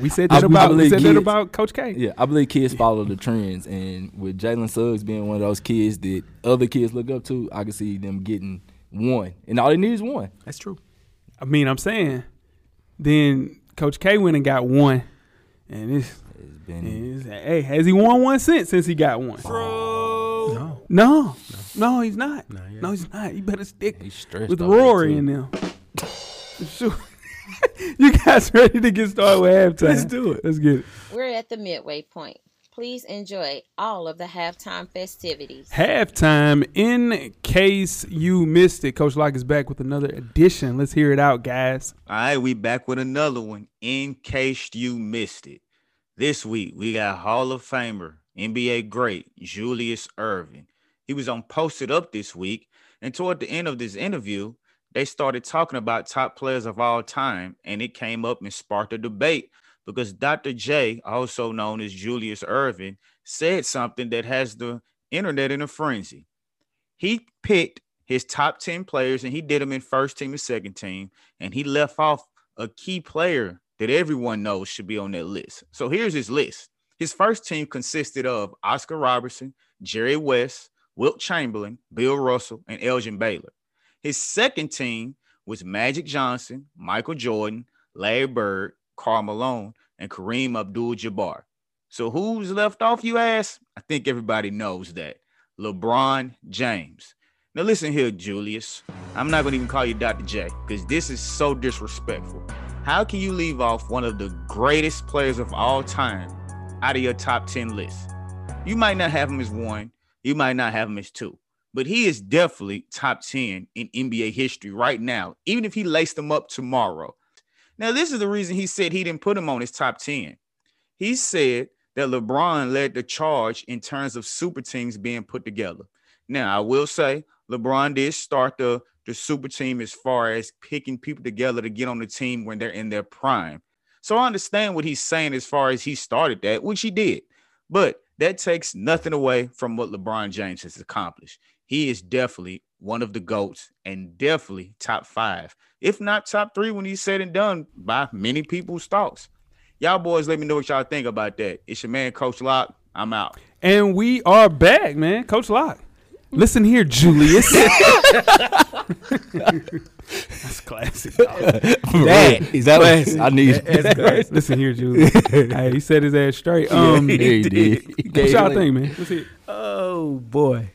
D: We said
F: I-
D: that
F: I
D: about we
F: believe
D: said that
F: kids-
D: about Coach K.
F: Yeah, I believe kids follow the trends, and with Jalen Suggs being one of those kids that other kids look up to, I can see them getting one, and all they need is one.
E: That's true.
D: I mean, I'm saying. Then Coach K went and got one, and it's,
F: It's
D: (laughs)
F: been
D: and it's- hey, has he won one since since he got one?
E: No,
D: No, no, he's not. No,
E: yeah.
D: he's not. You better stick
F: he's stressed
D: with
F: over there,
D: Rory
F: too.
D: in them. (laughs) Sure. you guys ready to get started with halftime?
E: Let's do it.
D: Let's get it.
C: We're at the midway point. Please enjoy all of the halftime festivities.
D: Halftime, in case you missed it, Coach Locke is back with another edition. Let's hear it out, guys.
A: All right, we back with another one in case you missed it. This week, we got Hall of Famer, NBA great Julius Irvin. He was on Posted Up this week, and toward the end of this interview, they started talking about top players of all time, and it came up and sparked a debate because Dr. J, also known as Julius Irvin, said something that has the internet in a frenzy. He picked his top 10 players and he did them in first team and second team and he left off a key player that everyone knows should be on that list. So here's his list. His first team consisted of Oscar Robertson, Jerry West, Wilt Chamberlain, Bill Russell, and Elgin Baylor. His second team was Magic Johnson, Michael Jordan, Larry Bird, Carl Malone, and Kareem Abdul Jabbar. So who's left off, you ask? I think everybody knows that. LeBron James. Now listen here, Julius. I'm not gonna even call you Dr. J because this is so disrespectful. How can you leave off one of the greatest players of all time out of your top 10 list? You might not have him as one, you might not have him as two, but he is definitely top 10 in NBA history right now, even if he laced him up tomorrow. Now, this is the reason he said he didn't put him on his top 10. He said that LeBron led the charge in terms of super teams being put together. Now, I will say LeBron did start the, the super team as far as picking people together to get on the team when they're in their prime. So I understand what he's saying as far as he started that, which he did. But that takes nothing away from what LeBron James has accomplished. He is definitely one of the GOATs and definitely top five, if not top three when he's said and done by many people's thoughts. Y'all boys, let me know what y'all think about that. It's your man, Coach Locke. I'm out.
D: And we are back, man. Coach Locke. Listen here,
E: (laughs)
D: Julius. That's classic.
E: That is
F: that was, I need. (laughs)
D: (laughs) Listen here, Julius. hey, he said his ass straight. Um,
F: yeah, he did.
D: what y'all think, man? Let's hear it.
E: Oh boy.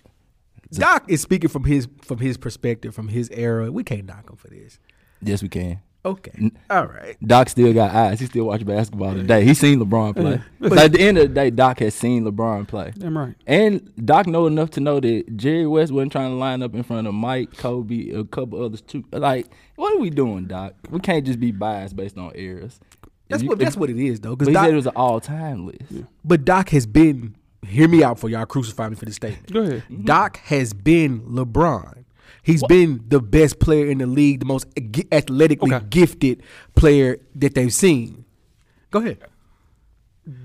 E: Doc is speaking from his from his perspective, from his era. We can't knock him for this.
F: Yes, we can.
E: Okay. All right.
F: Doc still got eyes. He still watch basketball today. He seen LeBron play. So at the end of the day, Doc has seen LeBron play.
D: Damn right.
F: And Doc know enough to know that Jerry West wasn't trying to line up in front of Mike, Kobe, a couple others too. Like, what are we doing, Doc? We can't just be biased based on eras.
E: That's
F: If you-
E: what that's
F: if-
E: what it is though.
F: But
E: Because
F: he said it
E: Doc,
F: was an all-time list.
E: but Doc has been. Hear me out for y'all. Crucify me for the statement.
D: Go ahead. Mm-hmm.
E: Doc has been LeBron. He's been the best player in the league, the most ag- athletically
D: Okay.
E: gifted player that they've seen. Go ahead.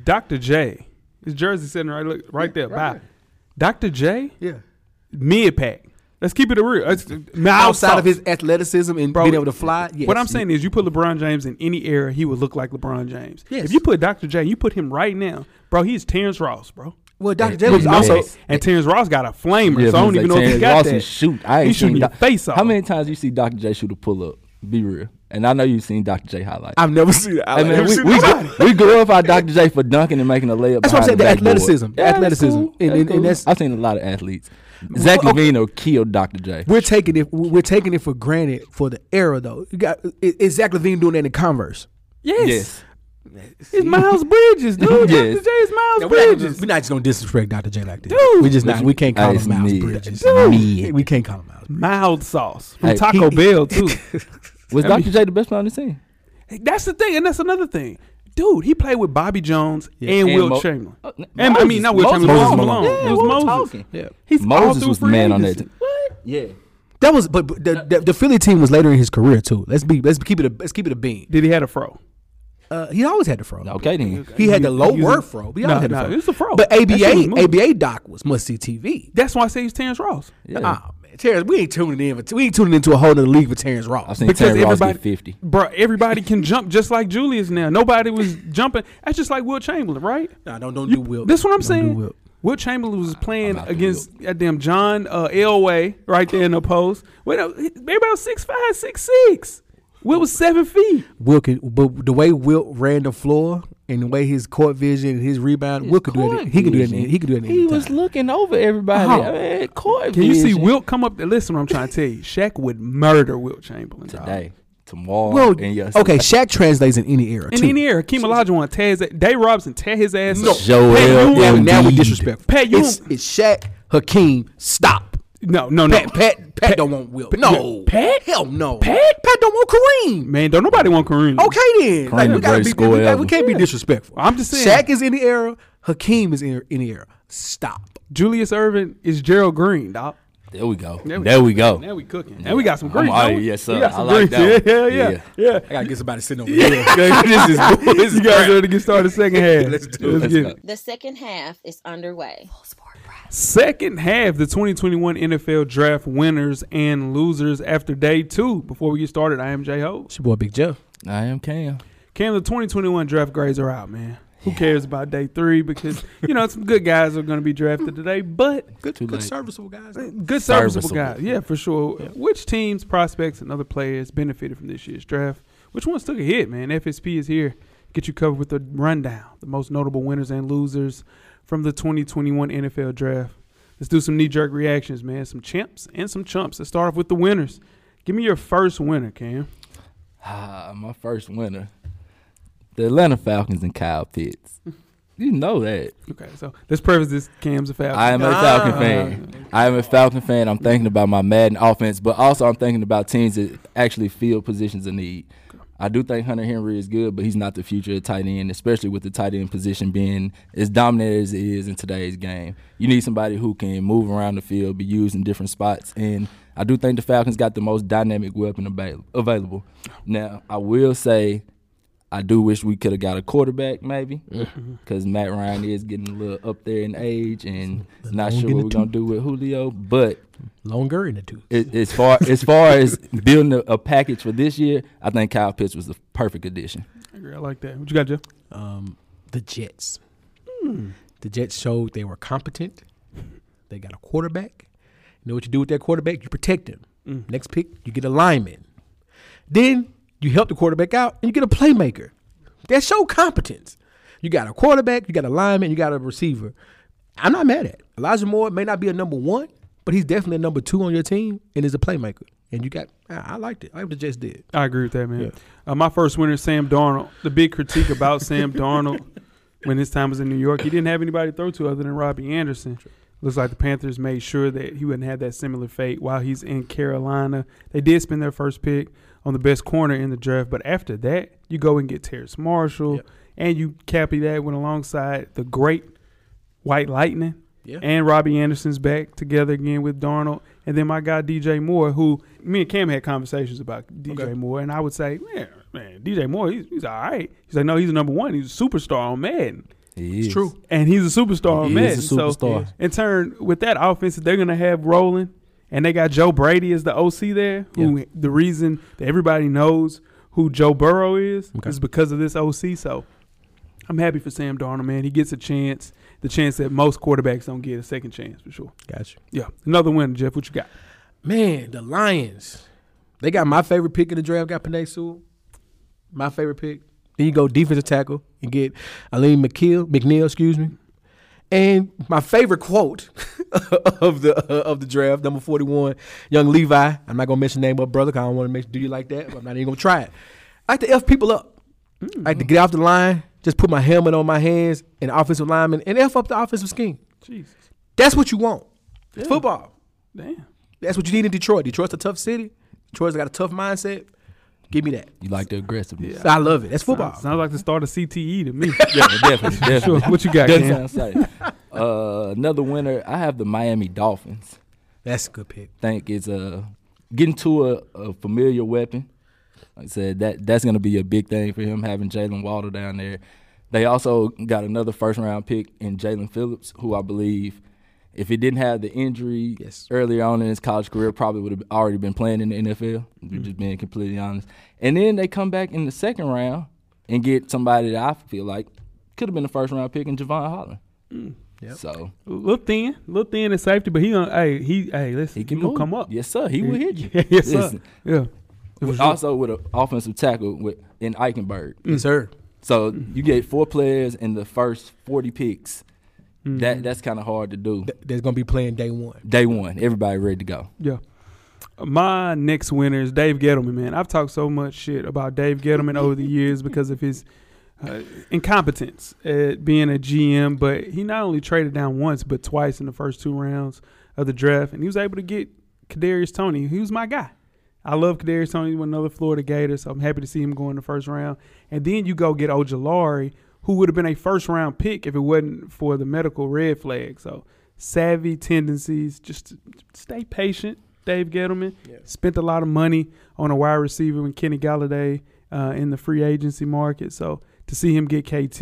D: Dr. J. His jersey sitting right, look, right there. Bye. Dr. J.
E: Yeah.
D: Mid pack. Let's keep it real. It's- mouth
E: Outside of
D: sauce.
E: his athleticism and
D: Bro,
E: being able to fly, yes.
D: What I'm saying is, you put LeBron James in any era, he would look like LeBron James.
E: Yes.
D: If you put Dr. J, you put him right now, bro. He's Terrence Ross, bro.
E: well, Dr. J was
F: Yes.
E: also
D: Also, and Terrence Ross got a flamer,
F: Yeah,
D: so I don't
F: he was
D: even
F: like,
D: know if he
F: "Terrence
D: got
F: Lawson
D: that.
F: Shoot, I ain't
D: He's shooting
F: seen
D: your
F: Doc-
D: face off.
F: How many times you see Dr. J shoot a pull-up? Be real. And I know you've seen Dr. J highlights.
E: I've never seen that.
F: Hey, man,
E: I've
F: we,
E: never seen
F: we,
E: that.
F: gl- we glorify Dr. J for dunking and making a layup.
E: That's what I'm
F: behind
E: saying, the
F: backboard.
E: athleticism, the
F: Yeah, that's
E: athleticism.
F: cool.
E: And- and- and
F: cool.
E: that's-
F: I've seen a lot of athletes. Zach
E: okay.
F: Levino killed Dr. J.
E: We're taking it. We're taking it for granted for the era, though. You got it- it's Zach Levine doing that in Converse.
D: Yes.
F: Yes.
D: It's Miles Bridges, dude.
F: (laughs) Yes.
D: Dr. J is Miles
E: we're, not
D: Bridges.
E: just, we're not just gonna disrespect Dr. J like this.
D: Dude.
E: we just not. We can't call
F: That's
E: him Miles
F: me.
E: Bridges.
F: That's me.
E: We can't call him Miles. Bridges.
D: Mild sauce from
F: Hey, (laughs)
D: Taco
E: he-
D: Bell too.
F: Was
D: I mean-
F: Dr. J the best player on the team?
D: that's the thing, and that's another thing, dude. He played with Bobby Jones and,
F: And
D: Will
F: Mo-
D: Chamberlain.
F: Oh, n-
D: and I mean, not Will
F: Moses
D: Chamberlain. Moses
E: Malone.
D: Malone.
F: Yeah,
D: it
F: what we
D: was Moses.
F: talking?
D: Yeah,
F: Moses was the man on that
D: team.
F: team. What? Yeah.
E: That was, but, but the, the, the Philly team was later in his career too. Let's be. Let's keep it. A, let's keep it a bean.
D: Did he had a fro?
E: Uh, he always had the fro.
F: Okay, then.
E: He had the low
D: He was
E: word
D: a-
E: fro. He
D: Nah,
E: always had the
D: nah,
E: fro.
D: it was a fro.
E: But
D: That shit was
E: ABA
D: moving.
E: ABA doc was must see TV.
D: That's why I say he's Terrence Ross.
F: Yeah.
E: Ah man, Terrence, we ain't tuning in. For, we ain't tuning into a whole other league for Terrence Ross.
F: I've seen Terry Ross get 50.
D: bro, everybody can jump just like Julius now. Nobody was jumping. That's just like Will Chamberlain, right?
E: Nah, don't don't do Will.
D: This what I'm
E: Don't do
D: saying.
E: Wilt.
D: Will Chamberlain was playing
F: out the
D: against goddamn John uh, Elway right there in the post. Wait, no, he- they about six five, six six. Will was seven feet.
E: Will could, but the way Wilt ran the floor and the way his court vision and his rebound, Will could do it. He could do it. He could do it.
F: He was looking over everybody.
D: How?
F: I mean, court
D: Can you see
F: vision.
D: Wilt come up there? Listen, what I'm trying to tell you. Shaq would murder Will Chamberlain dog.
F: Today. Tamar,
E: Well,
F: and yes,
E: okay, Shaq translates in any era.
D: In
E: too.
D: any era, Akeem Olajuwon tears that. Day Robinson tear his ass
E: No.
D: up.
F: Joel
D: Pat
E: Now,
D: Ewing-
E: now we
F: Embiid.
E: disrespectful.
D: Pat, you
E: it's,
D: don't-
E: it's Shaq, Hakeem, stop.
D: No, no, no.
E: Pat, Pat, Pat, don't want Will. No.
D: Pat?
E: Hell no.
D: Pat?
E: Pat don't want Kareem.
D: Man, don't nobody want Kareem.
E: Okay then. Like,
F: Kareem
E: we, gotta be,
F: the greatest
E: we,
F: scorer
E: gotta- we
F: ever.
E: can't be disrespectful.
D: I'm just saying.
E: Shaq is in the era. Hakeem is in in the era. Stop.
D: Julius Irvin is Gerald Green, dog.
F: there we go. There
D: we
F: we,
D: go.
F: go.
D: Now we cooking. Now we got some green.
F: Oh. I'm all
D: don't
F: right.
D: we?
F: Yes,
D: We
F: sir.
D: got
F: I
D: some
F: like
D: green.
F: that
D: (laughs)
F: one.
D: Yeah, yeah, yeah.
E: I gotta get somebody sitting over here.
F: (laughs)
D: (laughs)
F: this is this
D: You guys ready to get started?
F: (laughs)
D: Second half. Let's do
F: Let's
D: get
F: go.
D: it.
C: The second half is underway.
D: Second half, the 2021 NFL draft winners and losers after day two. Before we get started, I am J Ho.
E: It's your boy Big Jeff.
F: I am Cam.
D: Cam, the 2021 draft grades are out, man. Who cares about day three? Because, you know, some good guys are going to be drafted today, but
E: Good,
F: Too
E: good
F: late.
E: serviceable guys.
D: good serviceable,
F: Serviceable.
D: guys. Yeah, for sure. Which teams, prospects, and other players benefited from this year's draft? Which ones took a hit, man? FSP is here. Get you covered with a rundown, the most notable winners and losers from the 2021 NFL draft. Let's do some knee jerk reactions, man. Some champs and some chumps. Let's start off with the winners. Give me your first winner, Cam.
F: Ah, my first winner. The Atlanta Falcons and Kyle Pitts. (laughs) You know that.
D: Okay, so let's preface this. Cam's a Falcon.
F: I am a Falcon fan. I am a Falcon fan. I'm thinking about my Madden offense, but also I'm thinking about teams that actually fill positions of need. I do think Hunter Henry is good, but he's not the future of tight end, especially with the tight end position being as dominant as it is in today's game. You need somebody who can move around the field, be used in different spots, and I do think the Falcons got the most dynamic weapon avail- available. Now, I will say I do wish we could have got a quarterback, maybe,
D: Mm-hmm.
F: because Matt Ryan is getting a little up there in age, and not
E: long
F: sure
E: in
F: what
E: the
F: we're gonna do with Julio. But
E: Longer in the tooth.
F: a- as far as far as building a, a package for this year, I think Kyle Pitts was the perfect addition.
D: I agree. I like that. What you got, Jeff?
E: um, the Jets. The Jets showed they were competent. They got a quarterback. You know what you do with that quarterback? You protect him. Next pick, you get a lineman. Then you help the quarterback out and you get a playmaker. That showed competence. You got a quarterback, you got a lineman, you got a receiver. I'm not mad at it. Elijah Moore may not be a number one, but he's definitely a number two on your team and is a playmaker. And you got, I, I liked it. I like what the Jets did.
D: I agree with that, man. Uh, my first winner, is Sam Darnold. The big critique about Sam Darnold when his time was in New York, he didn't have anybody to throw to other than Robbie Anderson. Looks like the Panthers made sure that he wouldn't have that similar fate while he's in Carolina. They did spend their first pick on the best corner in the draft, but after that, you go and get Terrence Marshall,
E: Yep.
D: and you copy that went alongside the great White Lightning
E: Yeah.
D: and Robbie Anderson's back together again with Darnold. And then my guy DJ Moore, who me and Cam had conversations about DJ
E: Okay.
D: Moore, and I would say, man, man, DJ Moore, he's, he's all right. He's like, no, he's number one. He's a superstar on Madden,
F: He is.
D: and he's a superstar on
F: He
D: Madden.
F: is a
D: So
F: superstar.
D: in turn, with that offense that they're gonna have rolling, and they got Joe Brady as the OC there, who the reason that everybody knows who Joe Burrow is is because of this OC. So I'm happy for Sam Darnold, man. He gets a chance, the chance that most quarterbacks don't get a second chance for sure.
E: Gotcha.
D: Yeah, another win, Jeff. What you got?
E: Man, the Lions. They got my favorite pick in the draft, got Panay Sewell. My favorite pick. Then you go defensive tackle and get Aline McKeel, McNeil, excuse me. And my favorite quote (laughs) of the uh, of the draft, number 41, young Levi. I'm not gonna mention the name of brother, 'cause I don't want to make do you like that, but I'm not even gonna try it. I like to F people up. I like to get off the line, just put my helmet on my hands and offensive lineman and F up the offensive scheme.
D: Jesus,
E: That's what you want. It's football.
D: damn.
E: That's what you need in Detroit. Detroit's a tough city. Detroit's got a tough mindset. Give me that.
F: You like the aggressiveness?
E: I love it. That's football.
D: Sounds, sounds like the start of CTE to me.
F: (laughs) Yeah, definitely,
D: (laughs)
F: definitely.
D: sure. What you got,
F: Doesn't
D: Cam?
F: sound exciting. Uh, another winner. I have the Miami Dolphins.
E: That's a good pick.
F: think is uh, getting to a, a familiar weapon. Like I said, that that's going to be a big thing for him having Jalen Waddle down there. They also got another first round pick in Jalen Phillips, who I believe, if he didn't have the injury
E: Yes.
F: earlier on in his college career, probably would have already been playing in the NFL.
D: Mm-hmm.
F: Just being completely honest. And then they come back in the second round and get somebody that I feel like could have been the first round pick in Javon Holland.
D: Mm.
F: So
D: Little thin, little thin in safety, but he gonna hey he hey listen,
F: he can
D: gonna
F: move.
D: come up.
F: Yes, sir. He will hit you.
D: (laughs) yes, sir.
F: Listen,
D: Yeah. For
F: With-
D: sure.
F: also with an offensive tackle with in Eichenberg.
D: Mm.
E: Yes, sir.
F: So you get four players in the first forty picks.
D: Mm-hmm.
F: That that's kind of hard to do.
E: Th- That's gonna be playing day one.
F: Day one, everybody ready to go.
D: Yeah. My next winner is Dave Gettleman, man. I've talked so much shit about Dave Gettleman over the years because of his uh, incompetence at being a GM, but he not only traded down once, but twice in the first two rounds of the draft, and he was able to get Kadarius Tony. He was my guy. I love Kadarius Tony, he's another Florida Gator, so I'm happy to see him go in the first round. And then you go get Ojalari, who would have been a first round pick if it wasn't for the medical red flag. So savvy tendencies, just stay patient. Dave Gettleman spent a lot of money on a wide receiver when Kenny Galladay uh, in the free agency market. So to see him get KT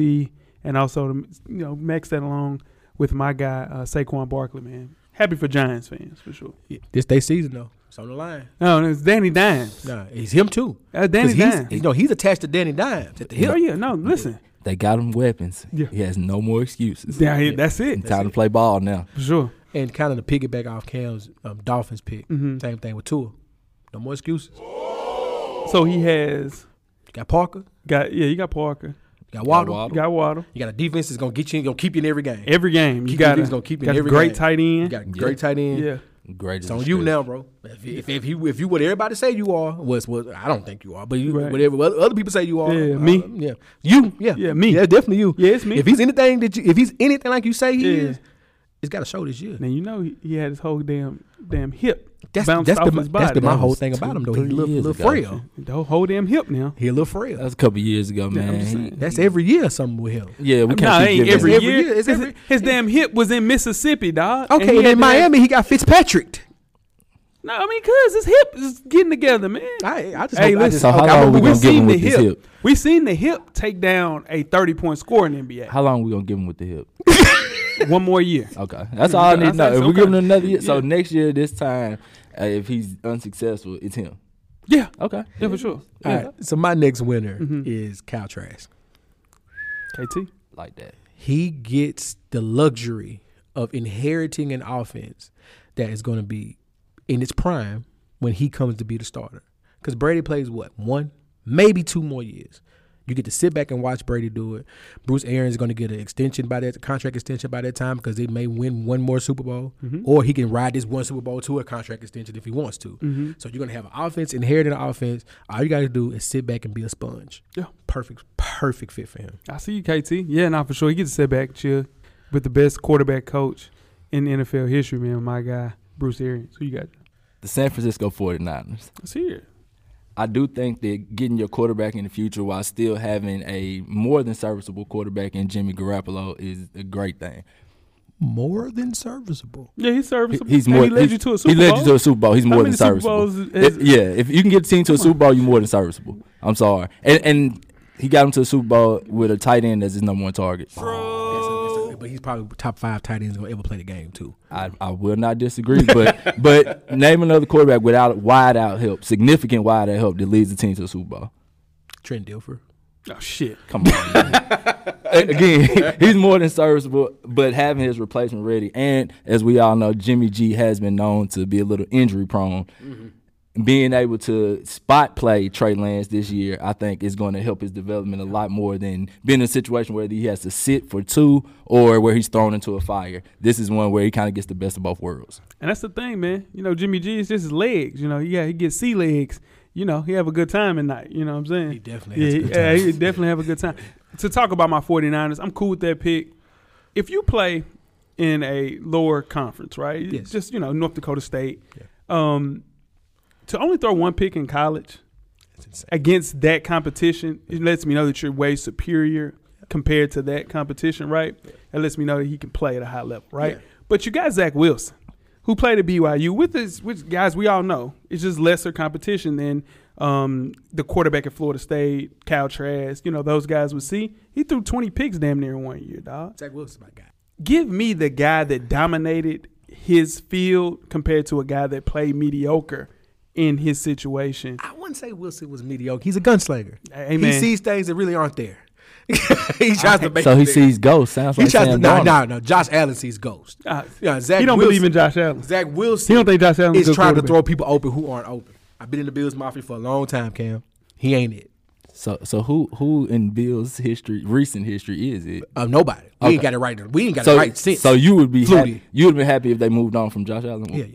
D: and also to, you know max that along with my guy uh, Saquon Barkley, man, happy for Giants fans for sure.
E: Yeah, This day season though. It's on the line.
D: No, and it's Danny Dimes.
E: Nah, it's him too.
D: Uh, Danny
E: 'Cause he's,
D: Dimes.
E: he- no, he's attached to Danny Dimes at the hip.
D: Oh yeah, no, listen,
F: They got him weapons.
D: Yeah.
F: He has no more excuses.
D: yeah, he- that's it
F: Time to play ball now.
D: for sure.
E: And kind of to piggyback off Cam's um, Dolphins pick.
D: Mm-hmm.
E: Same thing with Tua. No more excuses.
D: So he has
E: got Parker.
D: got yeah, you got Parker,
E: got Waddle.
D: you got Waddle.
E: You got a defense that's gonna get you, gonna keep you in every game.
D: Every game you
E: Keep
D: got
E: it- he's
D: a,
E: gonna keep it
D: got a
E: every
D: great
E: game.
D: tight
E: You
D: end.
E: got a great tight end.
D: yeah,
F: Great.
E: It's on you now, bro. If if, if you if you what everybody say you are was was I don't think you are, but you
D: Right.
E: whatever what other people say you are.
D: Yeah,
E: uh,
D: me.
E: Yeah, you. Yeah,
D: Yeah, me.
E: Yeah, definitely you.
D: Yeah, it's me.
E: If he's anything that you, if he's anything like you say he
D: Yeah.
E: is, it's got to show this year.
D: now you know he, he had his whole damn damn hip
E: That's
D: bounced
E: that's
D: off
E: the
D: his body.
E: that's the my
F: That
E: whole
F: was
E: thing
F: two,
E: about him though. He
F: three
E: look
F: years
E: little
F: ago.
E: frail.
D: the whole- whole damn hip now.
E: He a little
F: That
E: frail.
F: was a couple years ago, man.
D: I'm just
F: He-
D: saying.
E: That's every year something with him.
F: yeah, we
D: I mean, nah,
F: can't
D: it
F: keep
D: ain't
F: giving
D: every
F: him-
E: every
D: year.
E: year. It's
D: his,
E: every-
D: his damn hip was in Mississippi, dog. And
E: Okay,
D: he
E: and
D: had
E: in
D: to have-
E: Miami he got Fitzpatrick.
D: No, I mean, cause his hip is getting together, man.
E: I I just
D: Hey,
E: hope, I
D: listen.
E: just
F: So
E: hope-
F: how
E: I
F: long
E: hope
F: we
E: we
F: gonna give him
D: seen the
F: with this
D: hip.
F: hip?
D: We seen the hip take down a thirty point score in the NBA.
F: How long we gonna give him with the hip?
D: One more year.
F: Okay, that's all I need
D: I
F: to know.
D: said
F: If
D: so,
F: we give him
D: okay.
F: another year, so
D: Yeah.
F: next year this time, uh, if he's unsuccessful, it's him.
D: Yeah.
F: Okay,
D: Yeah, for sure.
E: All
D: Yeah.
E: right, so my next winner is Cal Trask.
D: KT.
F: like that.
E: he gets the luxury of inheriting an offense that is going to be in its prime when he comes to be the starter. Because Brady plays what one, maybe two more years. You get to sit back and watch Brady do it. Bruce Aaron's going to get an extension by that contract extension by that time because they may win one more Super Bowl, or he can ride this one Super Bowl to a contract extension if he wants to. So you're going to have an offense, inherited an offense. All you got to do is sit back and be a sponge.
D: Yeah.
E: perfect, perfect fit for him.
D: I see you, KT. Yeah, nah, for sure. He gets a setback, chill. With the best quarterback coach in NFL history, man, my guy, Bruce Arians. Who you got?
F: The San Francisco 49ers.
D: Let's hear it.
F: I do think that getting your quarterback in the future while still having a more than serviceable quarterback in Jimmy Garoppolo is a great thing.
E: More than serviceable.
D: Yeah, he's
F: He-
D: serviceable.
F: He's
D: And
F: more.
D: He led
F: he's-
D: you to a Super
F: he
D: Bowl.
F: led you to a Super Bowl. He's
D: How
F: more
D: many
F: than
D: Super
F: serviceable.
D: Bowls is-
F: If- yeah, if you can get a team to a Super Bowl, you're more than serviceable. I'm sorry, and and he got him to a Super Bowl with a tight end as his number one target.
D: Oh.
E: But he's probably top five tight ends gonna ever play the game too.
F: I, I will not disagree,
D: (laughs)
F: but but name another quarterback without wide out help, significant wide out help that leads the team to a Super Bowl.
E: Trent Dilfer.
D: Oh, shit.
F: Come on.
E: (laughs)
F: man. A- Again, (laughs) he's more than serviceable, but having his replacement ready, and as we all know, Jimmy G has been known to be a little injury prone.
E: Mm-hmm.
F: Being able to spot play Trey Lance this year, I think, is going to help his development a lot more than being in a situation where he has to sit for two or where he's thrown into a fire. This is one where he kind of gets the best of both worlds.
D: And that's the thing, man. You know, Jimmy G is just his legs. You know, yeah, he gets sea legs. You know, he have a good time at night. You know what I'm saying? He
E: definitely has a
D: yeah,
E: good
D: yeah,
E: time.
D: he definitely have a good time. to talk about my 49ers, I'm cool with that pick. If you play in a lower conference, right?
E: Yes.
D: Just, you know, North Dakota State. Um, to only throw one pick in college
E: That's insane.
D: against that competition, it lets me know that you're way superior compared to that competition, right? It lets me know that he can play at a high level, right?
E: Yeah.
D: But you got Zach Wilson, who played at BYU with his which guys we all know it's just lesser competition than um, the quarterback at Florida State, Cal Trask, you know, those guys would see. He threw 20 picks damn near in one year, dog.
E: Zach Wilson's my guy.
D: Give me the guy that dominated his field compared to a guy that played mediocre in his situation.
E: I wouldn't say Wilson was mediocre. He's a gunslinger.
D: Hey, man.
E: He sees things that really aren't there. (laughs) he tries to make.
F: So he
E: it there.
F: sees ghosts. Sounds
E: He
F: like
E: tries to.
F: Sam
E: No,
F: Darnold.
E: no, no. Josh Allen sees ghosts.
D: Ah,
E: Yeah, Zach
D: he don't
E: Wilson-
D: believe in Josh Allen.
E: Zach Wilson.
D: He don't think Josh Allen's a
E: is
D: good
E: trying to
D: quarterback.
E: throw people open who aren't open. I've been in the Bills mafia for a long time, Cam. He ain't it.
F: So so who who in Bill's history, recent history, is it?
E: Uh, nobody. We ain't
F: Okay.
E: got it right. We ain't got
F: So
E: it right since.
F: so you would be
E: Flutie.
F: happy, you would have been happy if they moved on from Josh Allen.
E: yeah,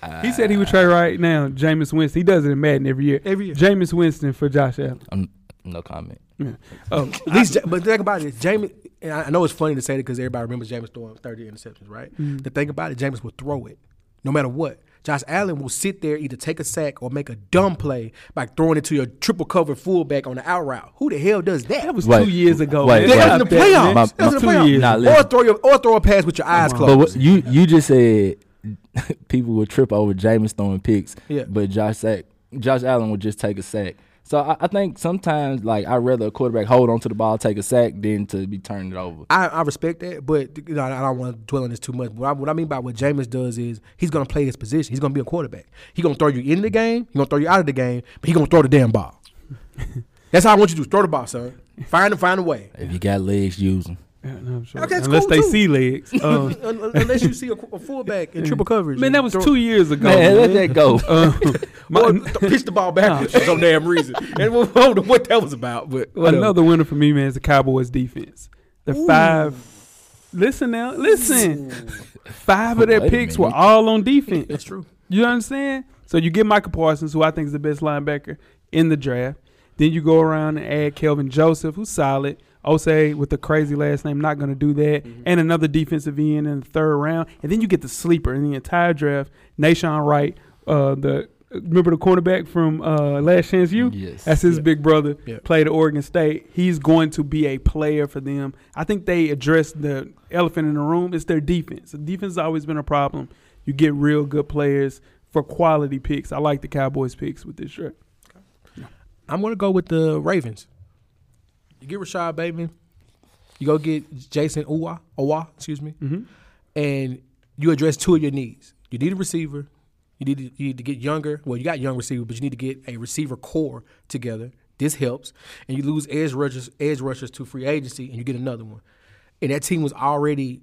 E: yeah.
D: He said he would trade right now Jameis Winston. He does it in Madden every year.
E: Every year.
D: Jameis Winston for Josh Allen.
F: I'm, Um, no comment.
D: Oh,
E: At least, Ja- but think about it. James, and I I know it's funny to say that because everybody remembers James throwing 30 interceptions, right? The thing about it, James will throw it no matter what. Josh Allen will sit there, either take a sack or make a dumb play by throwing it to your triple cover fullback on the out route. Who the hell does that?
D: that was
F: Wait,
D: two years ago.
F: wait,
E: that
D: man.
E: was
F: wait.
E: in the
F: My-
E: playoffs.
F: my-
E: that was in the
D: my- two years.
F: Nah,
E: playoffs.
F: listen.
E: or, throw your, or throw a pass with your eyes
F: But
E: closed.
F: what, you you just said (laughs) people would trip over Jameis throwing picks,
E: Yeah.
F: but Josh sack Josh Allen would just take a sack. So I, I think sometimes like I'd rather a quarterback hold onto the ball, take a sack, than to be turning it over.
E: I, I respect that, but you know, I don't want to dwell on this too much. But I, what I mean by what Jameis does is he's going to play his position. He's going to be a quarterback. He's going to throw you in the game. He's going to throw you out of the game, but he's going to throw the damn ball. That's how I want you to do. Throw the ball, son. Find and find a way.
F: If you got legs, use them.
D: Yeah, no, I'm sure.
E: Okay, it's
D: Unless
E: cool,
D: they
E: too.
D: see legs.
E: (laughs)
D: Um,
E: Un- un- Unless you see a, qu- a
D: (laughs)
E: fullback in triple coverage.
D: man, that was two years ago.
F: Man, let
D: man.
E: (laughs)
F: that go.
D: Um, my-
E: Or th- pitch the ball
D: (laughs)
E: back for some damn reason. And (laughs) we I don't know what that was about, but whatever.
D: (laughs) Another winner for me, man, is the Cowboys defense. The five. Listen now, listen. Five of their
F: Wait a
D: picks were
F: minute.
D: all on defense.
E: That's true.
D: You know what I'm saying? So you get Michael Parsons, who I think is the best linebacker in the draft. Then you go around and add Kelvin Joseph, who's solid. Osei with the crazy last name, not going to do that. And another defensive end in the third round. And then you get the sleeper in the entire draft, Nashawn Wright, uh, the remember the cornerback from uh, Last Chance U.
F: Yes.
D: that's his big brother.
E: Yeah.
D: Played at Oregon State. He's going to be a player for them. I think they addressed the elephant in the room. It's their defense. The defense has always been a problem. You get real good players for quality picks. I like the Cowboys picks with this shirt.
E: I'm gonna go with the Ravens. You get Rashad Bateman, you go get Jason Uwa, Owa, excuse me, and you address two of your needs. You need a receiver. You need to, you need to get younger. Well, you got young receiver, but you need to get a receiver core together. This helps, and you lose edge rushers, edge rushers to free agency, and you get another one. And that team was already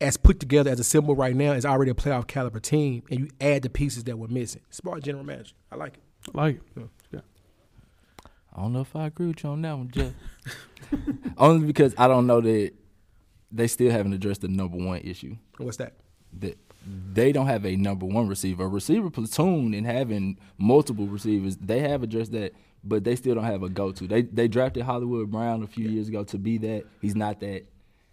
E: as put together as a symbol right now is already a playoff caliber team, and you add the pieces that were missing. Smart general manager, I like it.
D: I like it. Yeah.
F: I don't know if I agree with you on that one,
E: (laughs)
F: Jeff. Only because I don't know that they still haven't addressed the number one issue.
E: What's that?
F: that they don't have a number one receiver. A receiver platoon and having multiple receivers, they have addressed that, but they still don't have a go to. They they drafted Hollywood Brown a few years ago to be that. He's not that.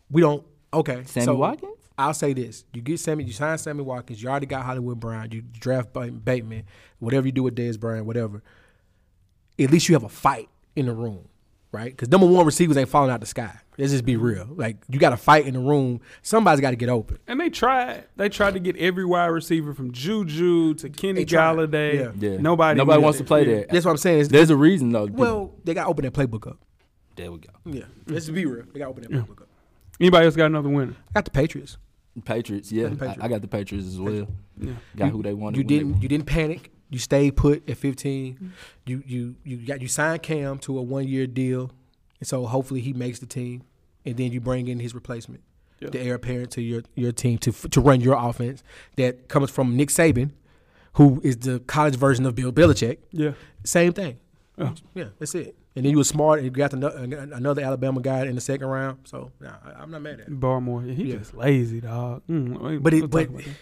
E: We don't. Okay.
F: Sammy Watkins?
E: I'll say this: you get Sammy, you sign Sammy Watkins. You already got Hollywood Brown. You draft Ba- Bateman. Whatever you do with Dez Bryant, whatever. At least you have a fight in the room, right? Because number one receivers ain't falling out the sky. Let's just
F: Mm-hmm.
E: be real. Like you got a fight in the room. Somebody's got to get open.
D: And they tried. They tried to get every wide receiver from Juju to Kenny
E: They tried.
D: Galladay.
F: Yeah.
D: Nobody
F: Nobody
D: wanted
F: wants to play
D: Yeah.
F: there.
E: That's what I'm saying. Is
F: There's a reason though.
E: well, they got to open that playbook up.
F: there we go.
E: Yeah. Let's be real. They got to open that playbook up.
D: Anybody else got another winner?
E: I got the Patriots.
F: Patriots, yeah.
E: The Patriots.
F: I, I got the Patriots as well. Got who they wanted.
E: You
F: when they
E: didn't. You didn't panic. You stayed put at
D: Mm-hmm.
E: 15. You you you got you signed Cam to a one year deal, and so hopefully he makes the team, and then you bring in his replacement, the heir apparent to your your team to f- to run your offense that comes from Nick Saban, who is the college version of Bill Belichick.
D: Yeah.
E: Same thing.
D: Oh.
E: Yeah, that's it. And then you were smart and you got ano- an- another Alabama guy in the second round. So nah, I, I'm not mad at it.
D: Oh, Barmore. Yeah, he
E: Yeah.
D: just lazy, dog. Mm, wait,
E: But it-
D: we'll talk
E: but-
D: about that.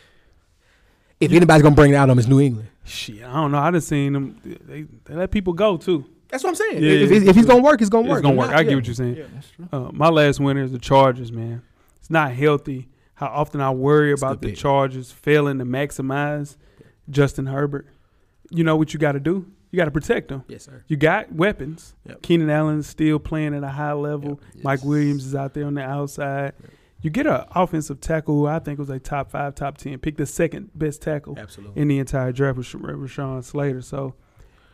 E: If anybody's gonna bring it out on him, it's New England.
D: shit, I don't know. I done seen them. They, they let people go too.
E: That's what I'm saying.
D: Yeah,
E: if,
D: yeah,
E: if, if he's gonna work, it's gonna work.
D: It's gonna
E: If
D: work.
E: not,
D: I get
E: yeah.
D: what you're saying.
F: That's true.
D: Uh, my last winner is the Chargers, man. It's not healthy how often I worry about the
E: pick.
D: Chargers failing to maximize Justin Herbert. You know what you got to do? You got to protect him.
E: Yes, sir.
D: You got weapons.
E: Yep.
D: Keenan Allen's still playing at a high level.
F: Yep.
D: Mike
F: Yes.
D: Williams is out there on the outside. You get an offensive tackle who I think was a top five, top ten pick, the second best tackle
E: Absolutely.
D: in the entire draft with Sha- Rashawn Slater. So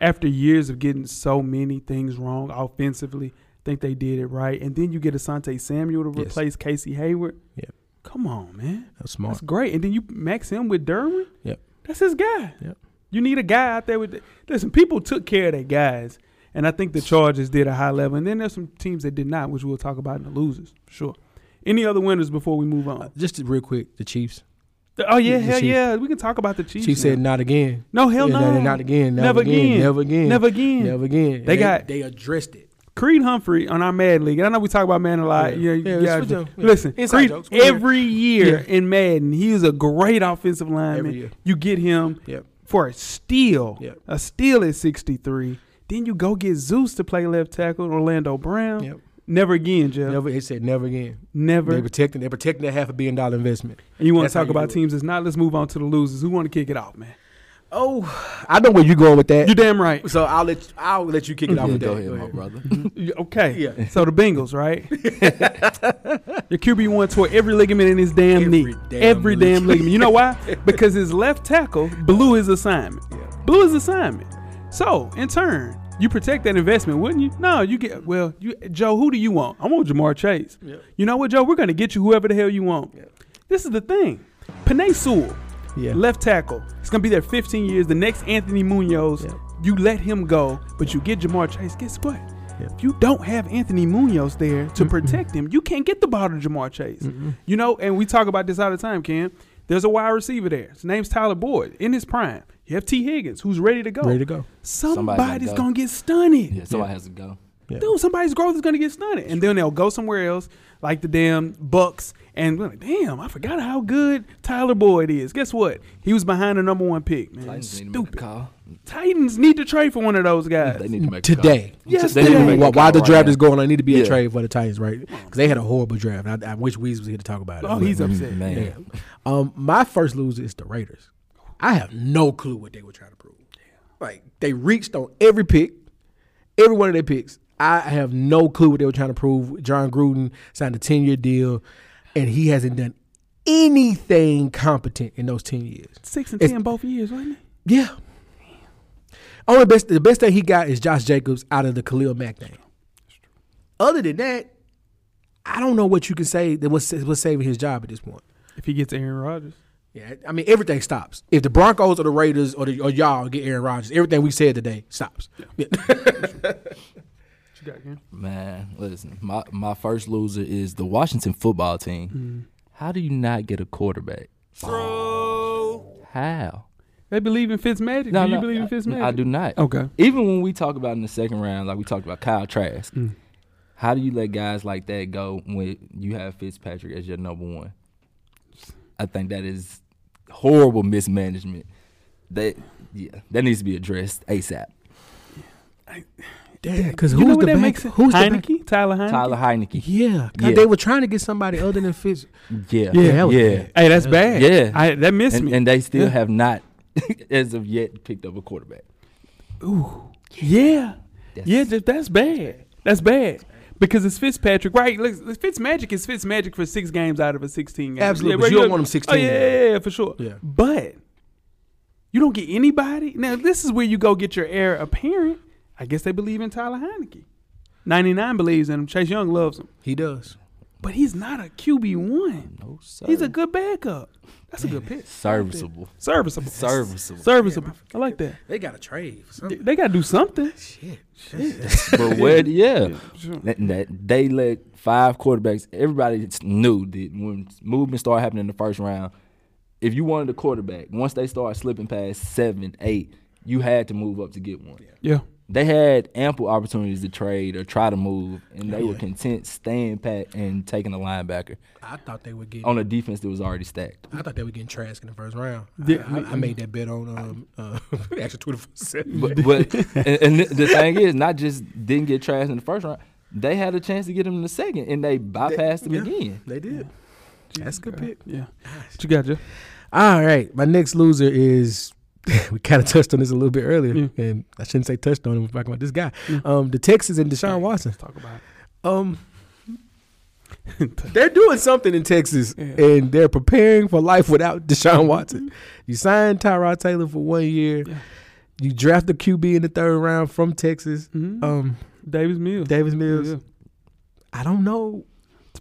D: after years of getting so many things wrong offensively, I think they did it right. And then you get Asante Samuel to
E: Yes.
D: replace Casey Hayward.
E: Yep.
D: Come on, man.
E: That's smart.
D: That's great. And then you max him with Derwin.
E: Yep.
D: That's his guy.
E: Yep.
D: You need a guy out there with. The, listen, people took care of their guys, and I think the Chargers did a high level. And then there's some teams that did not, which we'll talk about in the losers. for Sure. Any other winners before we move on?
E: Just real quick, the Chiefs.
D: The- oh yeah,
E: the
D: hell
E: Chiefs.
D: yeah. We can talk about the Chiefs.
E: Chiefs
D: now.
E: said not again.
D: No, hell
E: Yeah,
D: no.
E: Not again. Never,
D: Never
E: again,
D: again.
E: Never again.
D: Never again.
E: Never again.
D: They got-
E: They addressed it.
D: Creed Humphrey on our Madden League, and I know we talk about Madden a lot.
E: Yeah.
D: Yeah,
E: Yeah,
D: yeah,
E: it's what you- yeah.
D: Listen,
E: Inside
D: Creed,
E: jokes, whatever.
D: every year in Madden, he is a great offensive lineman.
E: Every year.
D: You get him
E: Yep.
D: for a steal,
E: Yep.
D: a steal at 63. Then you go get Zeus to play left tackle, Orlando Brown.
E: Yep.
D: Never again, Jeff.
E: Never. It said never again.
D: Never.
E: They protecting. They protecting that half a billion dollar investment.
D: And you want
E: That's
D: to
E: how
D: talk
E: you
D: about
E: do it.
D: teams that's not. Let's move on to the losers. Who want to kick it off, man?
E: Oh, I know where you going with that. Mm-hmm.
D: You're damn right.
E: So I'll let I'll let you kick it off
F: Yeah,
E: with
F: go
E: that.
F: ahead, my brother.
E: Mm-hmm.
D: Y- Okay.
E: Yeah.
D: So the Bengals, right?
E: (laughs)
D: the QB one tore every ligament in his damn
E: Every
D: knee.
E: damn
D: every damn
E: ligament.
D: ligament. You know why?
E: (laughs)
D: Because his left tackle blew his assignment. Blew his assignment. So in turn, you protect that investment, wouldn't you? No, you get well. You Joe, who do you want? I want Jamar Chase. You know what, Joe? We're gonna get you whoever the hell you want. This is the thing. Panay Sewell,
E: Yeah.
D: left tackle. It's gonna be there 15 years. The next Anthony Munoz.
E: Yeah.
D: You let him go, but you get Jamar Chase. Guess what? If you don't have Anthony Munoz there to
E: Mm-hmm.
D: protect him, you can't get the ball to Jamar Chase. You know, and we talk about this all the time, Cam. There's a wide receiver there. His name's Tyler Boyd in his prime. You have T. Higgins, who's ready to go.
E: Ready to go.
F: Somebody gotta
D: Somebody's
F: go.
D: gonna get stunted.
F: Yeah, somebody has to go.
E: Yeah.
D: Dude, somebody's growth is gonna get stunted, and then they'll go somewhere else, like the damn Bucks. And we're like, damn, I forgot how good Tyler Boyd is. Guess what? He was behind the number one pick, man.
F: Titans need to make a
D: Stupid.
F: call.
D: Titans need to trade for one of those guys.
F: They need to make a call.
E: Today.
D: Yes,
F: They need to
D: today.
F: make a
E: While, while the
F: call right
E: draft
F: now.
E: is going, I need to be
F: Yeah.
E: a trade for the Titans, right? Because they had a horrible draft. and I, I wish Weez was here to talk about it.
D: Oh, he's upset.
F: Man,
E: Um, my first loser is the Raiders. I have no clue what they were trying to prove. Like they reached on every pick, every one of their picks. I have no clue what they were trying to prove. John Gruden signed a ten year deal, and he hasn't done anything competent in those ten years.
D: Six and
E: It's-
D: ten both years, wasn't it?
E: Yeah. Only best the best thing he got is Josh Jacobs out of the Khalil Mack thing. Other than that, I don't know what you can say that was was saving his job at this point.
D: If he gets Aaron Rodgers.
E: Yeah, I mean everything stops if the Broncos or the Raiders or, the, or y'all get Aaron Rodgers. Everything we said today stops.
D: What you got, Cam?
F: man, listen. My my first loser is the Washington football team.
D: Mm.
F: How do you not get a quarterback? True. How?
D: They believe in Fitzmagic. do you believe
F: I,
D: in Fitzmagic? Oh.
F: I do not.
D: Okay.
F: Even when we talk about in the second round, like we talked about Kyle Trask,
D: Mm.
F: how do you let guys like that go when you have Fitzpatrick as your number one? I think that is horrible mismanagement. That yeah, that needs to be addressed ASAP.
E: Because
D: You know what that makes it? Heineke? Tyler Heineke?
F: Tyler Heineke.
E: Yeah, 'cause
F: Yeah.
E: they were trying to get somebody other than Fitz.
F: Yeah,
E: Yeah, that was
F: yeah.
E: bad.
D: Hey, that's bad.
F: Yeah.
D: I, that missed
F: And,
D: me.
F: and they still have not, (laughs) as of yet, picked up a quarterback.
D: yeah.
F: That's-
D: yeah, just, that's bad. That's bad. Because it's Fitzpatrick, right? Look, Fitzmagic is Fitzmagic for six games out of a 16 game.
E: Absolutely, but
D: right,
E: you don't
D: look-
E: want him 16
D: Oh, yeah, yeah, yeah, for sure.
E: Yeah.
D: But you don't get anybody. Now, this is where you go get your heir apparent. I guess they believe in Tyler Heineke. 99 believes in him. Chase Young loves him.
E: He does.
D: But he's not a QB1.
F: No, sir.
D: He's a good backup. That's a good pick.
F: serviceable.
D: Serviceable.
F: Serviceable.
D: Serviceable. I like that.
E: They got to trade for something.
D: They got to do something.
F: But what? Yeah, That- that- they let five quarterbacks. Everybody just knew that when movement started happening in the first round, if you wanted a quarterback, once they started slipping past seven, eight, you had to move up to get one.
D: Yeah.
F: They had ample opportunities to trade or try to move, and they were content staying pat and taking a linebacker
E: I thought they would get.
F: on a defense that was already stacked.
E: I thought they were getting Trask in the first round.
D: Yeah,
E: I, I, I made that bet on um uh, (laughs) actually Twitter for seven.
F: But, but and, and the thing is, not just didn't get trashed in the first round. They had a chance to get him in the second, and they bypassed him again.
E: They did. That's a good pick.
D: Yeah. What you got, Jeff?
E: All right, my next loser is (laughs) we kind of touched on this a little bit earlier,
D: Mm.
E: and I shouldn't say touched on it. We're talking about this guy, um, the Texans and Deshaun Watson.
D: Talk about
E: Um, they're doing something in Texas, and they're preparing for life without (laughs)
D: Mm-hmm.
E: Deshaun Watson. You signed Tyrod Taylor for one year. You draft the QB in the third round from Texas, um,
D: (laughs) Davis Mills.
E: Davis Mills.
D: Mm-hmm. Yeah.
E: I don't know.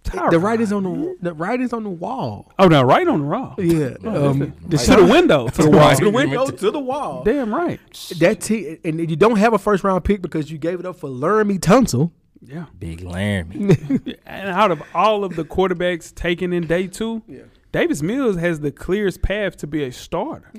E: The
D: Tyrod.
E: writers on the the writers on the wall.
D: Oh, now right on the raw.
E: Yeah,
D: (laughs)
E: um,
D: To the window. To the wall.
E: (laughs) to the window to the wall.
D: Damn right.
E: That team, and you don't have a first round pick because you gave it up for Laramie Tunsil.
D: Yeah.
F: Big Laramie.
D: And out of all of the quarterbacks taken in day two, Davis Mills has the clearest path to be a starter.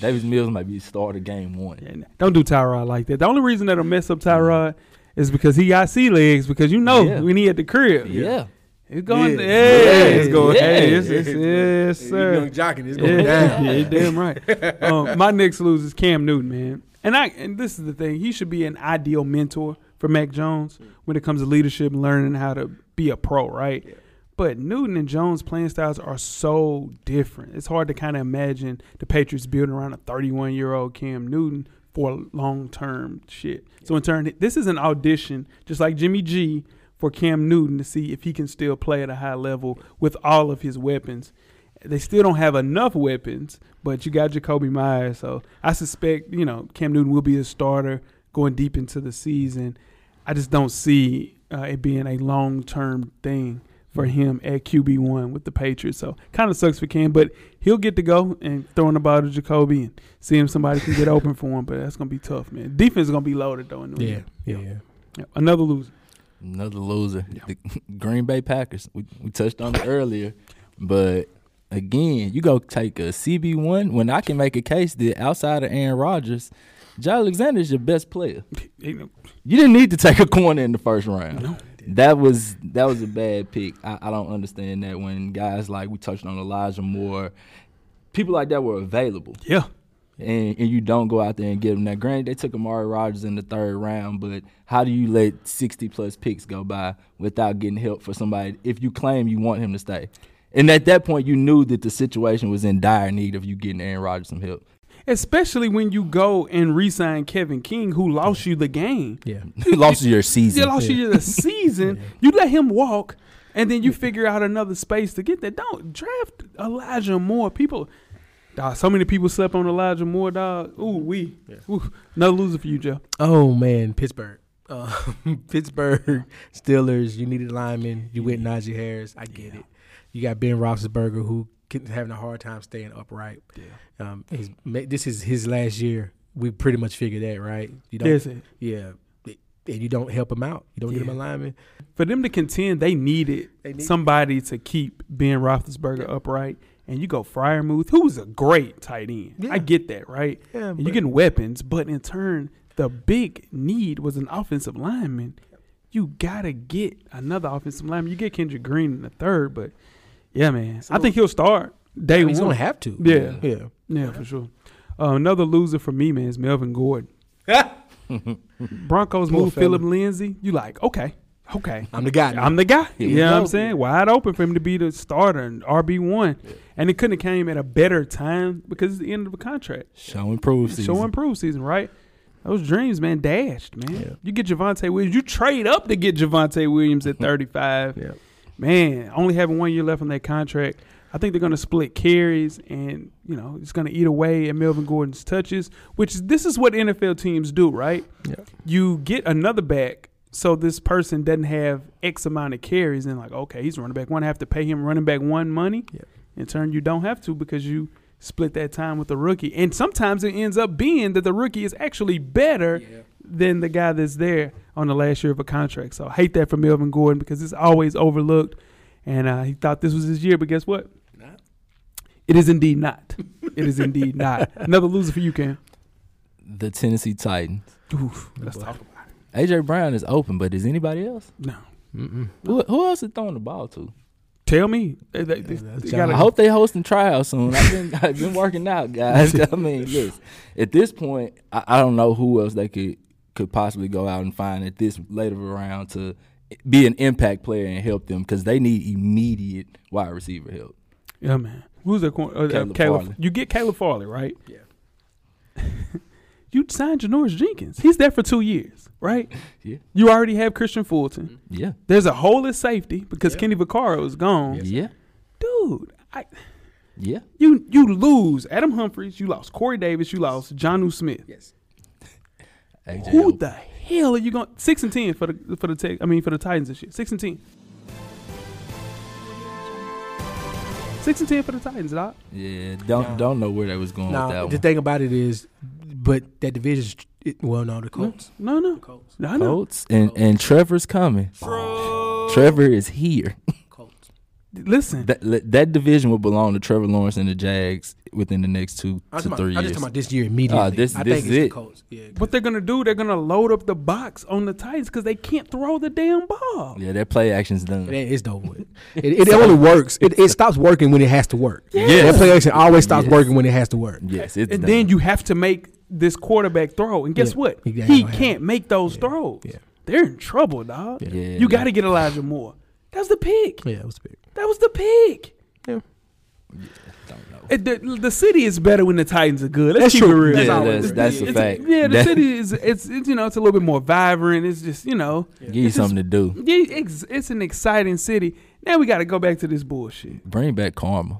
F: Davis Mills might be the starter game one.
D: And don't do Tyrod like that. The only reason that'll mess up Tyrod It's because he got sea legs. Because you know
F: Yeah.
D: when he at the crib,
F: Yeah.
D: it's going.
E: Yeah.
D: Yeah,
E: Yeah.
D: it's going.
F: Yeah.
D: Hey, it's, it's, yes, sir.
E: Young jocking is going
D: Yeah,
E: down.
D: yeah, you damn right. um, my next loser is Cam Newton, man. And I and this is the thing. He should be an ideal mentor for Mac Jones when it comes to leadership and learning how to be a pro, right? But Newton and Jones' playing styles are so different. It's hard to kind of imagine the Patriots building around a 31 year old Cam Newton for long term shit. So, in turn, this is an audition, just like Jimmy G, for Cam Newton to see if he can still play at a high level with all of his weapons they still don't have enough weapons, but you got Jacoby Myers. So I suspect, you know, Cam Newton will be a starter going deep into the season. I just don't see uh, it being a long term thing for him at QB1 with the Patriots. So kind of sucks for Cam, but he'll get to go and throwing the ball to Jacoby and seeing if somebody can get open for him. But that's going to be tough, man. Defense is going to be loaded, though. In New
E: Yeah,
D: England.
E: yeah, yeah.
D: Yeah. Another loser. (laughs)
F: Another loser. The Green Bay Packers. We, we touched on it earlier. But again, you go take a CB1 when I can make a case that outside of Aaron Rodgers, John Alexander is your best player. You didn't need to take a corner in the first round. That was that was a bad pick. I, I don't understand that when guys like we touched on Elijah Moore, people like that were available
D: Yeah.
F: and, and you don't go out there and get them. Now, granted, they took Amari Rogers in the third round, but how do you let 60 plus picks go by without getting help for somebody if you claim you want him to stay? And at that point, you knew that the situation was in dire need of you getting Aaron Rodgers some help. (laughs)
D: Especially when you go and re-sign Kevin King, who lost you the game.
E: Yeah.
F: You lost your season.
D: You lost you the season. You let him walk, and then you figure out another space to get that. Don't draft Elijah Moore. People, dawg, so many people slept on Elijah Moore, dog. Ooh, we. Ooh, another loser for you, Joe.
E: Oh man, Pittsburgh. Uh, (laughs) Pittsburgh Steelers. You needed linemen. You went Najee Harris. I get it. You got Ben Roethlisberger, who can- having a hard time staying upright. Yeah. Um, he's, ma- this is his last year. We pretty much figured that, right? You don't.
D: That's it.
E: Yeah. And you don't help him out. You don't get him a lineman.
D: For them to contend, they needed
E: They need-
D: somebody to keep Ben Roethlisberger upright. And you go Fryermuth, who was a great tight end.
E: Yeah.
D: I get that, right?
E: Yeah,
D: and
E: but-
D: you're getting weapons, but in turn, the big need was an offensive lineman. You gotta get another offensive lineman. You get Kendrick Green in the third, but yeah, man, I think he'll start day
E: He's
D: one.
E: gonna have to.
D: Yeah.
E: Yeah.
D: yeah, for sure. Uh, another loser for me, man, is Melvin
E: (laughs)
D: Gordon. Broncos
E: Poor
D: move
E: fella.
D: Philip Lindsay. You like okay, okay.
E: I'm the guy. now.
D: I'm the guy.
F: Here
D: you
F: we
D: know what
F: go.
D: I'm saying? Wide open for him to be the starter and RB one. And it couldn't have came at a better time because it's the end of a contract.
F: Show and prove season.
D: Show improve season, right? Those dreams, man, dashed, man. You get Javante Williams. You trade up to get Javante Williams
E: (laughs)
D: at 35.
E: Yeah.
D: Man, only having one year left on that contract. I think they're going to split carries and, you know, it's going to eat away at Melvin Gordon's touches, which is- this is what NFL teams do, right?
E: Yeah.
D: You get another back so this person doesn't have X amount of carries and like, okay, he's running back one. I have to pay him running back one money.
E: Yeah.
D: In turn, you don't have to because you split that time with the rookie. And sometimes it ends up being that the rookie is actually better than the guy that's there on the last year of a contract. So I hate that for Melvin Gordon because it's always overlooked. And uh, he thought this was his year, but guess what? It is indeed not. It is indeed not. Another loser for you, Cam.
F: the Tennessee Titans.
D: Oof, let's talk about it.
F: AJ Brown is open, but is anybody else?
D: No.
F: Who, who else is throwing the ball to?
D: Tell me. They- they- they-
E: that's
D: they
E: John.
D: gotta-
F: I hope they hosting tryouts soon. I've been (laughs) I've been working out, guys. (laughs) I mean, listen, at this point, I, I don't know who else they could could possibly go out and find at this later round to be an impact player and help them because they need immediate wide receiver help.
D: Yeah, man. Who's that? corner? Uh, Caleb,
F: Caleb
D: Caleb
F: Farley.
D: You get Caleb Farley, right? Yeah. (laughs) you signed Janoris Jenkins. He's there for two years, right?
F: Yeah.
D: You already have Christian Fulton.
E: Mm-hmm.
F: Yeah,
D: There's a hole at safety because Kenny Vaccaro is gone.
F: yeah,
D: Dude, I,
F: yeah.
D: you you lose Adam Humphries, you lost Corey Davis, you lost Johnu Smith.
E: Yes.
F: AJ
D: Who
F: Open.
D: the hell are you going? Six and ten for the for the tech, I mean for the Titans this year. Six and ten. Six and ten for the Titans, dog.
F: yeah, don't
E: Nah.
F: don't know where they was going
E: Now
F: with
E: the
F: that
E: thing about it is, but that division. It, well, no, the Colts.
D: No, no, no, I
F: one.
D: know.
F: Colts and and Trevor's coming. Trevor is here.
E: Colts.
D: Listen,
F: That that division would belong to Trevor Lawrence and the Jags within the next two
E: I'm
F: to
E: talking
F: three
E: about, I'm
F: years.
E: just talking about this year immediately.
F: this-
E: I
F: this
E: think
F: is
E: it's the
F: it.
E: Colts. Yeah.
D: What they're gonna do? They're gonna load up the box on the Titans because they can't throw the damn ball.
F: yeah, that play action's done.
E: It ain't- it's dope. It, it, it
F: (laughs)
E: only works. It, it stops working when it has to work.
F: Yes.
E: That play action always stops
F: Yes.
E: working when it has to work.
F: Yes, it's
D: and
F: done.
D: then you have to make this quarterback throw. And guess
E: Yeah,
D: what?
E: he- that
D: He
E: don't happen.
D: can't make those throws.
E: yeah.
D: They're in trouble, dog.
F: Yeah,
D: you
F: yeah.
D: got to get Elijah Moore. That was the pick.
E: Yeah, it was big.
D: That was the pick.
F: Don't know.
D: It- the, the city is better when the Titans are good. Let's
E: That's
D: keep
E: true.
D: it real.
E: Yeah,
D: all it
E: that's-
D: is.
E: that's a
D: It's-
F: fact.
D: Yeah, the
F: That-
D: city is it's, it's you know it's a little bit more vibrant. It's just you know
F: Give you
D: it's just-
F: something to do.
D: yeah, it's, it's an exciting city. Now we got to go back to this bullshit.
F: Bring back karma.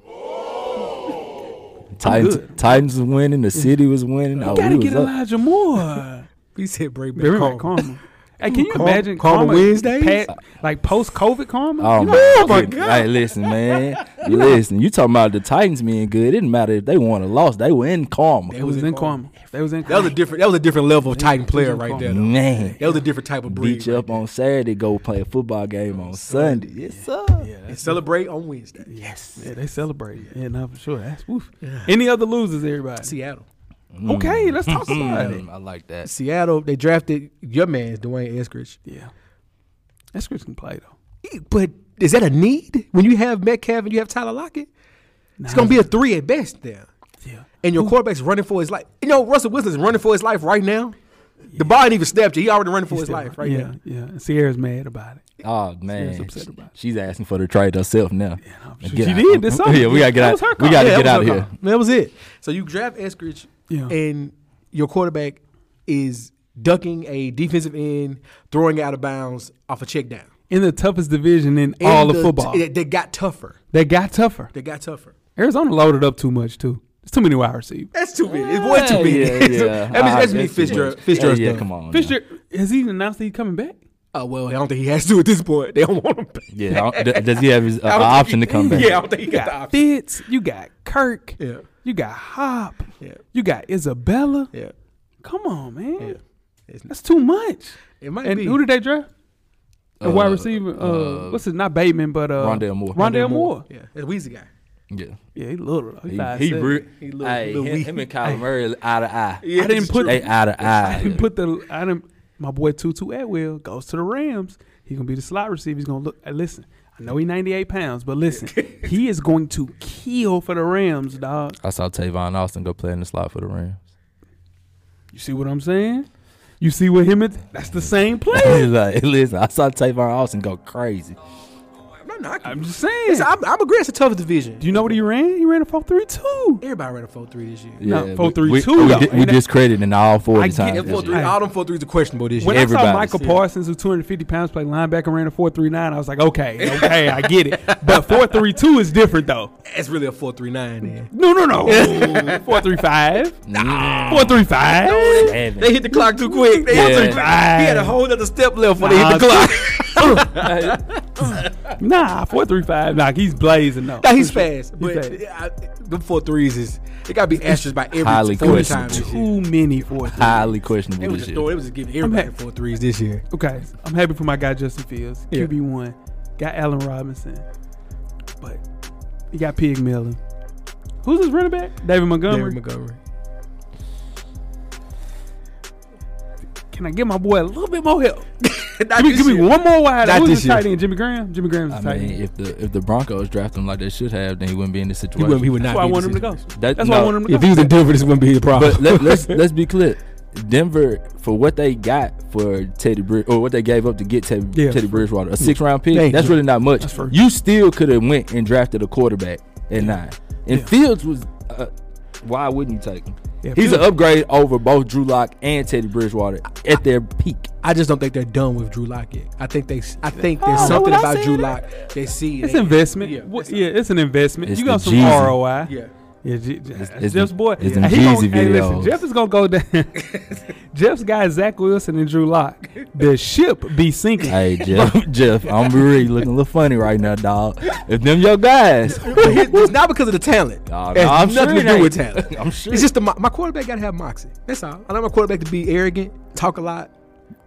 F: Titans,
D: good.
F: Titans was winning. The city was winning. Oh,
D: You gotta
F: we
D: get
F: was up.
D: Elijah
F: (laughs)
D: Moore.
E: He said break back.
D: Very
E: Karma.
D: karma. Hey, can you
E: Karma-
D: imagine
E: Karma Wednesdays?
D: Pat, like post COVID karma?
F: Oh
D: You
F: my,
D: know-
F: God! Hey, listen, man. listen, you talking about the Titans being good? It didn't matter if they won or lost. They were in karma.
D: They was, in karma. They was in
E: (laughs) That was a
D: karma.
E: different. That was a different level of Titan player right there. Though.
F: Man,
E: That was a different type of breed.
F: beat you up on Saturday. Go play a football game on Sunday. Yes, sir.
E: and celebrate on Wednesday.
D: Yeah, they celebrate. Yeah, no, for sure. That's woof. Any other losers, everybody?
E: Seattle. Mm.
D: okay, let's talk about it.
F: Mm, I like that.
E: Seattle. They drafted your man, Dwayne Eskridge.
D: (laughs) Yeah. That's Chris can play though.
E: But is that a need when you have Metcalf and you have Tyler Lockett? It's gonna be a three at best there.
D: Yeah.
E: And your quarterback's running for his life. You know, Russell Wilson's running for his life right now. The ball ain't even snapped yet. He already running for his life right
D: yeah,
E: now.
D: Yeah, And Sierra's mad about it.
F: Oh man,
D: Serious upset about it.
F: she's asking for the trade herself now.
D: she-
F: Get
D: she
F: out.
D: did this summer.
F: Yeah, we gotta get
D: That
F: out.
D: was her
F: We
D: call.
F: gotta
D: Yeah,
F: get
E: that
F: out of
E: was her
F: here.
E: call. That was it. So you draft Eskridge,
D: Yeah.
E: and your quarterback is ducking a defensive end, throwing it out of bounds off a check down.
D: In the toughest division in all
E: And
D: of
E: the-
D: football.
E: they- they got tougher.
D: they got tougher.
E: They got tougher.
D: Arizona loaded up too much too. It's too many wide receivers.
E: That's too many. It was too
F: Yeah,
E: many. (laughs)
F: yeah,
D: (laughs)
E: That means-
F: yeah. Ah,
E: That means
F: that's too
E: Fitzgerald.
F: much.
E: Fitzgerald's
F: Yeah, yeah,
E: done.
F: come on. now.
D: Fisher has he announced that he's coming back?
E: Oh well, I don't think he has to at this point. They don't want him. Back.
F: Yeah,
D: (laughs)
F: I don't- d- does he have his uh,
E: I don't think
F: option
E: he-
F: to come back?
E: Yeah, I don't think he
D: You
E: got the
D: got
E: option.
D: Fitz, you got Kirk,
E: Yeah.
D: you got Hop,
E: Yeah.
D: you got Isabella.
E: Yeah,
D: Come on, man.
E: It's-
D: That's too much.
E: it might
D: And
E: be.
D: who did they draft? A wide
F: Uh,
D: receiver. Uh,
F: uh,
D: what's his? Not Bateman, but uh,
F: Rondale Moore.
D: Rondell Moore.
E: Yeah, that's Weezy guy.
F: Yeah.
D: Yeah, he little. though. He,
F: He,
D: five
F: (laughs) he,
D: seven.
F: re-
E: He look-
F: Hey,
E: look
F: him,
E: weak.
F: him and Kyler Murray eye to eye.
E: Yeah,
D: I didn't
E: that's
D: put.
F: They eye to eye.
D: I didn't put the. I didn't. My boy Tutu Atwell goes to the Rams. He gonna be the slot receiver. He's gonna look. uh, listen, I know he 98 pounds, but
E: (laughs)
D: listen, he is going to kill for the Rams, dog.
F: I saw Tavon Austin go play in the slot for the
D: (laughs)
F: Rams.
D: You see what I'm saying? You see what him? and that's the same player.
F: like, listen, I saw Tavon Austin go crazy.
E: I'm not knocking.
D: I'm
E: I'm,
D: just saying.
E: it's, I'm, I'm agreeing. It's a tough division.
D: Do you know what he ran? He ran a 4.32.
E: Everybody ran a four three this year.
D: No,
F: Yeah,
D: four,
F: we-
D: three,
F: we,
D: two,
F: We,
D: though.
F: di- we
D: Ain't that-
F: discredited in all four
D: I
F: of
D: get
F: the times.
D: it,
F: this
E: Four three.
F: year.
E: All them four threes are questionable this year.
D: When I saw
F: Everybody's-
D: Michael
F: yeah.
D: Parsons, who's 250 pounds, play linebacker, ran a 4.39, I was like,
F: (laughs)
D: okay, okay, I get it. But 4.32 is different, though.
E: It's really a four three nine. Then.
D: No, no, no. (laughs) 4.35. Nah. 4.35.
F: Seven.
E: They hit the clock too quick. They hit
F: Yeah.
E: the clock. He had a whole other step left when they hit the
D: Nah, (laughs)
E: clock.
D: Nah, 4.35. Nah, he's blazing, though.
E: (laughs) Nah, he's fast,
D: He's
E: but
D: fast.
E: I, them four threes is it got to be asterisks by every
F: Highly
E: four
F: questionable.
E: times. this year.
D: Too many 4.3.
F: Highly
E: They
F: questionable
E: was
F: this
E: just
F: year.
E: throwing. They was just giving everybody
D: I'm ha-
E: four threes this year.
D: Okay, I'm happy for my guy, Justin Fields,
E: Yeah.
D: QB1. Got Allen Robinson. But he got Pig Miller. Who's his running back? David Montgomery.
E: David Montgomery.
D: Can I get my boy a little bit more help?
E: Not
D: Give me,
E: this
D: give me
E: year.
D: one more wide.
E: Not
D: Who's
E: this
D: his tight
E: year.
D: end? Jimmy Graham. Jimmy Graham's
F: I
D: tight end.
F: mean, if the if the Broncos draft him like they should have, then he wouldn't be in this
E: He
F: situation.
E: wouldn't- he would not
D: That's why I
E: be in
D: want him to
E: this
D: go.
E: situation.
F: That-
D: That's why I
F: no,
D: want him to go.
E: If he was in Denver, this wouldn't be the problem.
F: But
D: (laughs)
F: let, let's let's be clear. Denver for what they got for Teddy Brid or what they gave up to get Teddy,
D: Yeah.
F: Teddy Bridgewater, a six round pick.
E: Thank
F: that's
E: you.
F: really not much.
D: That's fair.
F: You still could have went and drafted a quarterback at nine. And Fields was. Uh, why wouldn't you take him?
D: Yeah,
F: He's an
D: Fields-
F: upgrade over both Drew Lock and Teddy Bridgewater at their peak.
E: I just don't think they're done with Drew Lock yet. I think they, I think there's
D: Oh,
E: something
D: when I
E: about
D: say
E: Drew
D: that-
E: Lock. They see
D: It's
E: they-
D: investment.
E: Yeah,
D: Yeah,
E: it's
D: it's, yeah, it's an investment.
F: It's
D: you got
F: the
D: some
F: Jeezy.
D: ROI.
E: Yeah.
D: Yeah, Je- that's
F: it's
D: Jeff's
F: the-
D: boy.
F: it's them
D: He
F: Jeezy
D: gon- hey, listen,
F: videos.
D: Jeff is gonna go
E: (laughs)
D: down. Jeff's guy Zach Wilson and Drew Lock. The ship be sinking.
F: Hey Jeff, (laughs) Jeff, I'm really looking a little funny right now, dog. If them
D: (laughs)
F: your guys,
E: But it- it's not because of the talent.
F: Nah,
E: It has
F: nah, I'm
E: nothing
F: sure
E: to
F: it
E: do
F: ain't.
E: with talent.
F: (laughs) I'm sure.
E: It's just the, my, my quarterback got to have moxie. That's all. I don't want my quarterback to be arrogant, talk a lot.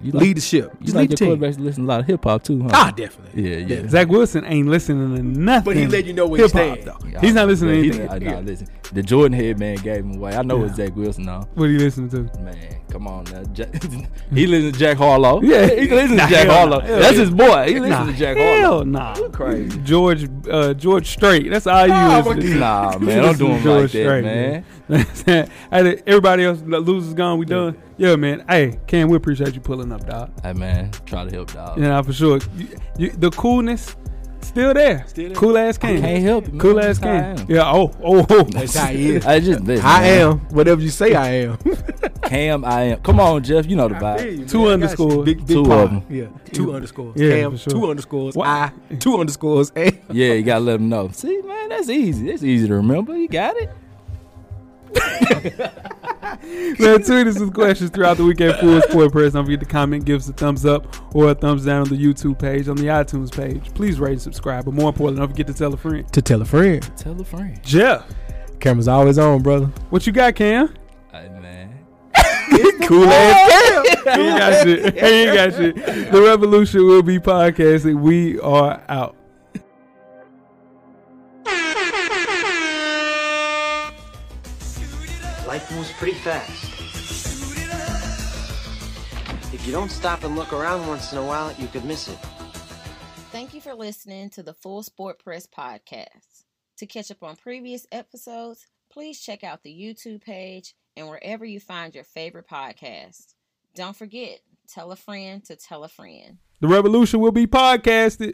F: You like-
E: Leadership.
F: You
E: Just
F: like
E: lead the
F: your
E: team.
F: quarterbacks to listen to a lot of hip hop too, huh?
E: Ah, definitely.
F: Yeah, yeah.
D: Zach Wilson ain't listening to nothing.
E: But he let you know where he
D: hip-hop,
E: stand.
D: though.
F: Yeah,
D: He's not
F: I-
D: listening
F: he
D: to anything.
F: not- nah, listen. The Jordan head man gave him away. I know it's Zach Wilson now.
D: What are you listening to?
F: Man, come on now. Jack, (laughs) he listens to Jack Harlow.
D: Yeah.
F: he listens
D: Nah,
F: to Jack
D: hell
F: Harlow.
D: nah, hell
F: That's
D: yeah.
F: his boy. He listens
D: nah,
F: to Jack
D: hell
F: Harlow.
D: nah.
F: You crazy.
D: George uh, George Strait. That's all you
E: Oh,
D: listen
E: my
D: to.
F: Nah,
D: You
F: man, don't
D: listen
F: do
D: to
F: him like
D: George
F: that,
D: Strait,
F: man.
D: man. (laughs) Hey, Everybody else, the losers gone. We done. Yeah. man. Hey, Cam, we appreciate you pulling up, dog.
F: Hey man, try to help dog.
D: Yeah, nah, for sure. You, you, the coolness still there.
E: Still there.
D: Cool ass Cam.
F: Can't help it. man.
D: Cool ass
F: That's how I
D: Cam.
F: am.
D: Yeah. Oh. Oh. oh.
E: That's how he
F: (laughs)
E: is.
F: I just listen,
E: I
F: man.
E: am whatever you say I am.
F: Cam. I am. Come on, Jeff. You know
E: (laughs)
F: the vibe.
D: Two underscore.
E: Big, big
F: Two
E: pie.
F: of 'em.
E: Yeah, two underscores.
D: Yeah,
E: Cam,
D: for sure.
E: two underscores.
D: What-
E: I, two underscores. (laughs) A.
F: Yeah, you gotta let him know. See, man, that's easy. That's easy to remember. You got it.
D: Man, tweet us with questions throughout the weekend. Full Sport Press. Don't forget to comment, give us a thumbs up or a thumbs down on the YouTube page, on the iTunes page. Please rate and subscribe. But more importantly, don't forget to tell a friend.
E: To tell a friend.
F: Tell a friend.
D: Jeff,
E: Camera's always on, brother.
D: what you got, Cam?
F: Hey, man.
E: Cool ass.
D: (laughs) He ain't got shit. He ain't got shit. The Revolution will be podcasting. We are out.
G: Life moves pretty fast. If you don't stop and look around once in a while, you could miss it.
C: Thank you for listening to the Full Sport Press podcast. To catch up on previous episodes, please check out the YouTube page and wherever you find your favorite podcast. Don't forget, tell a friend to tell a friend.
D: The Revolution will be podcasted.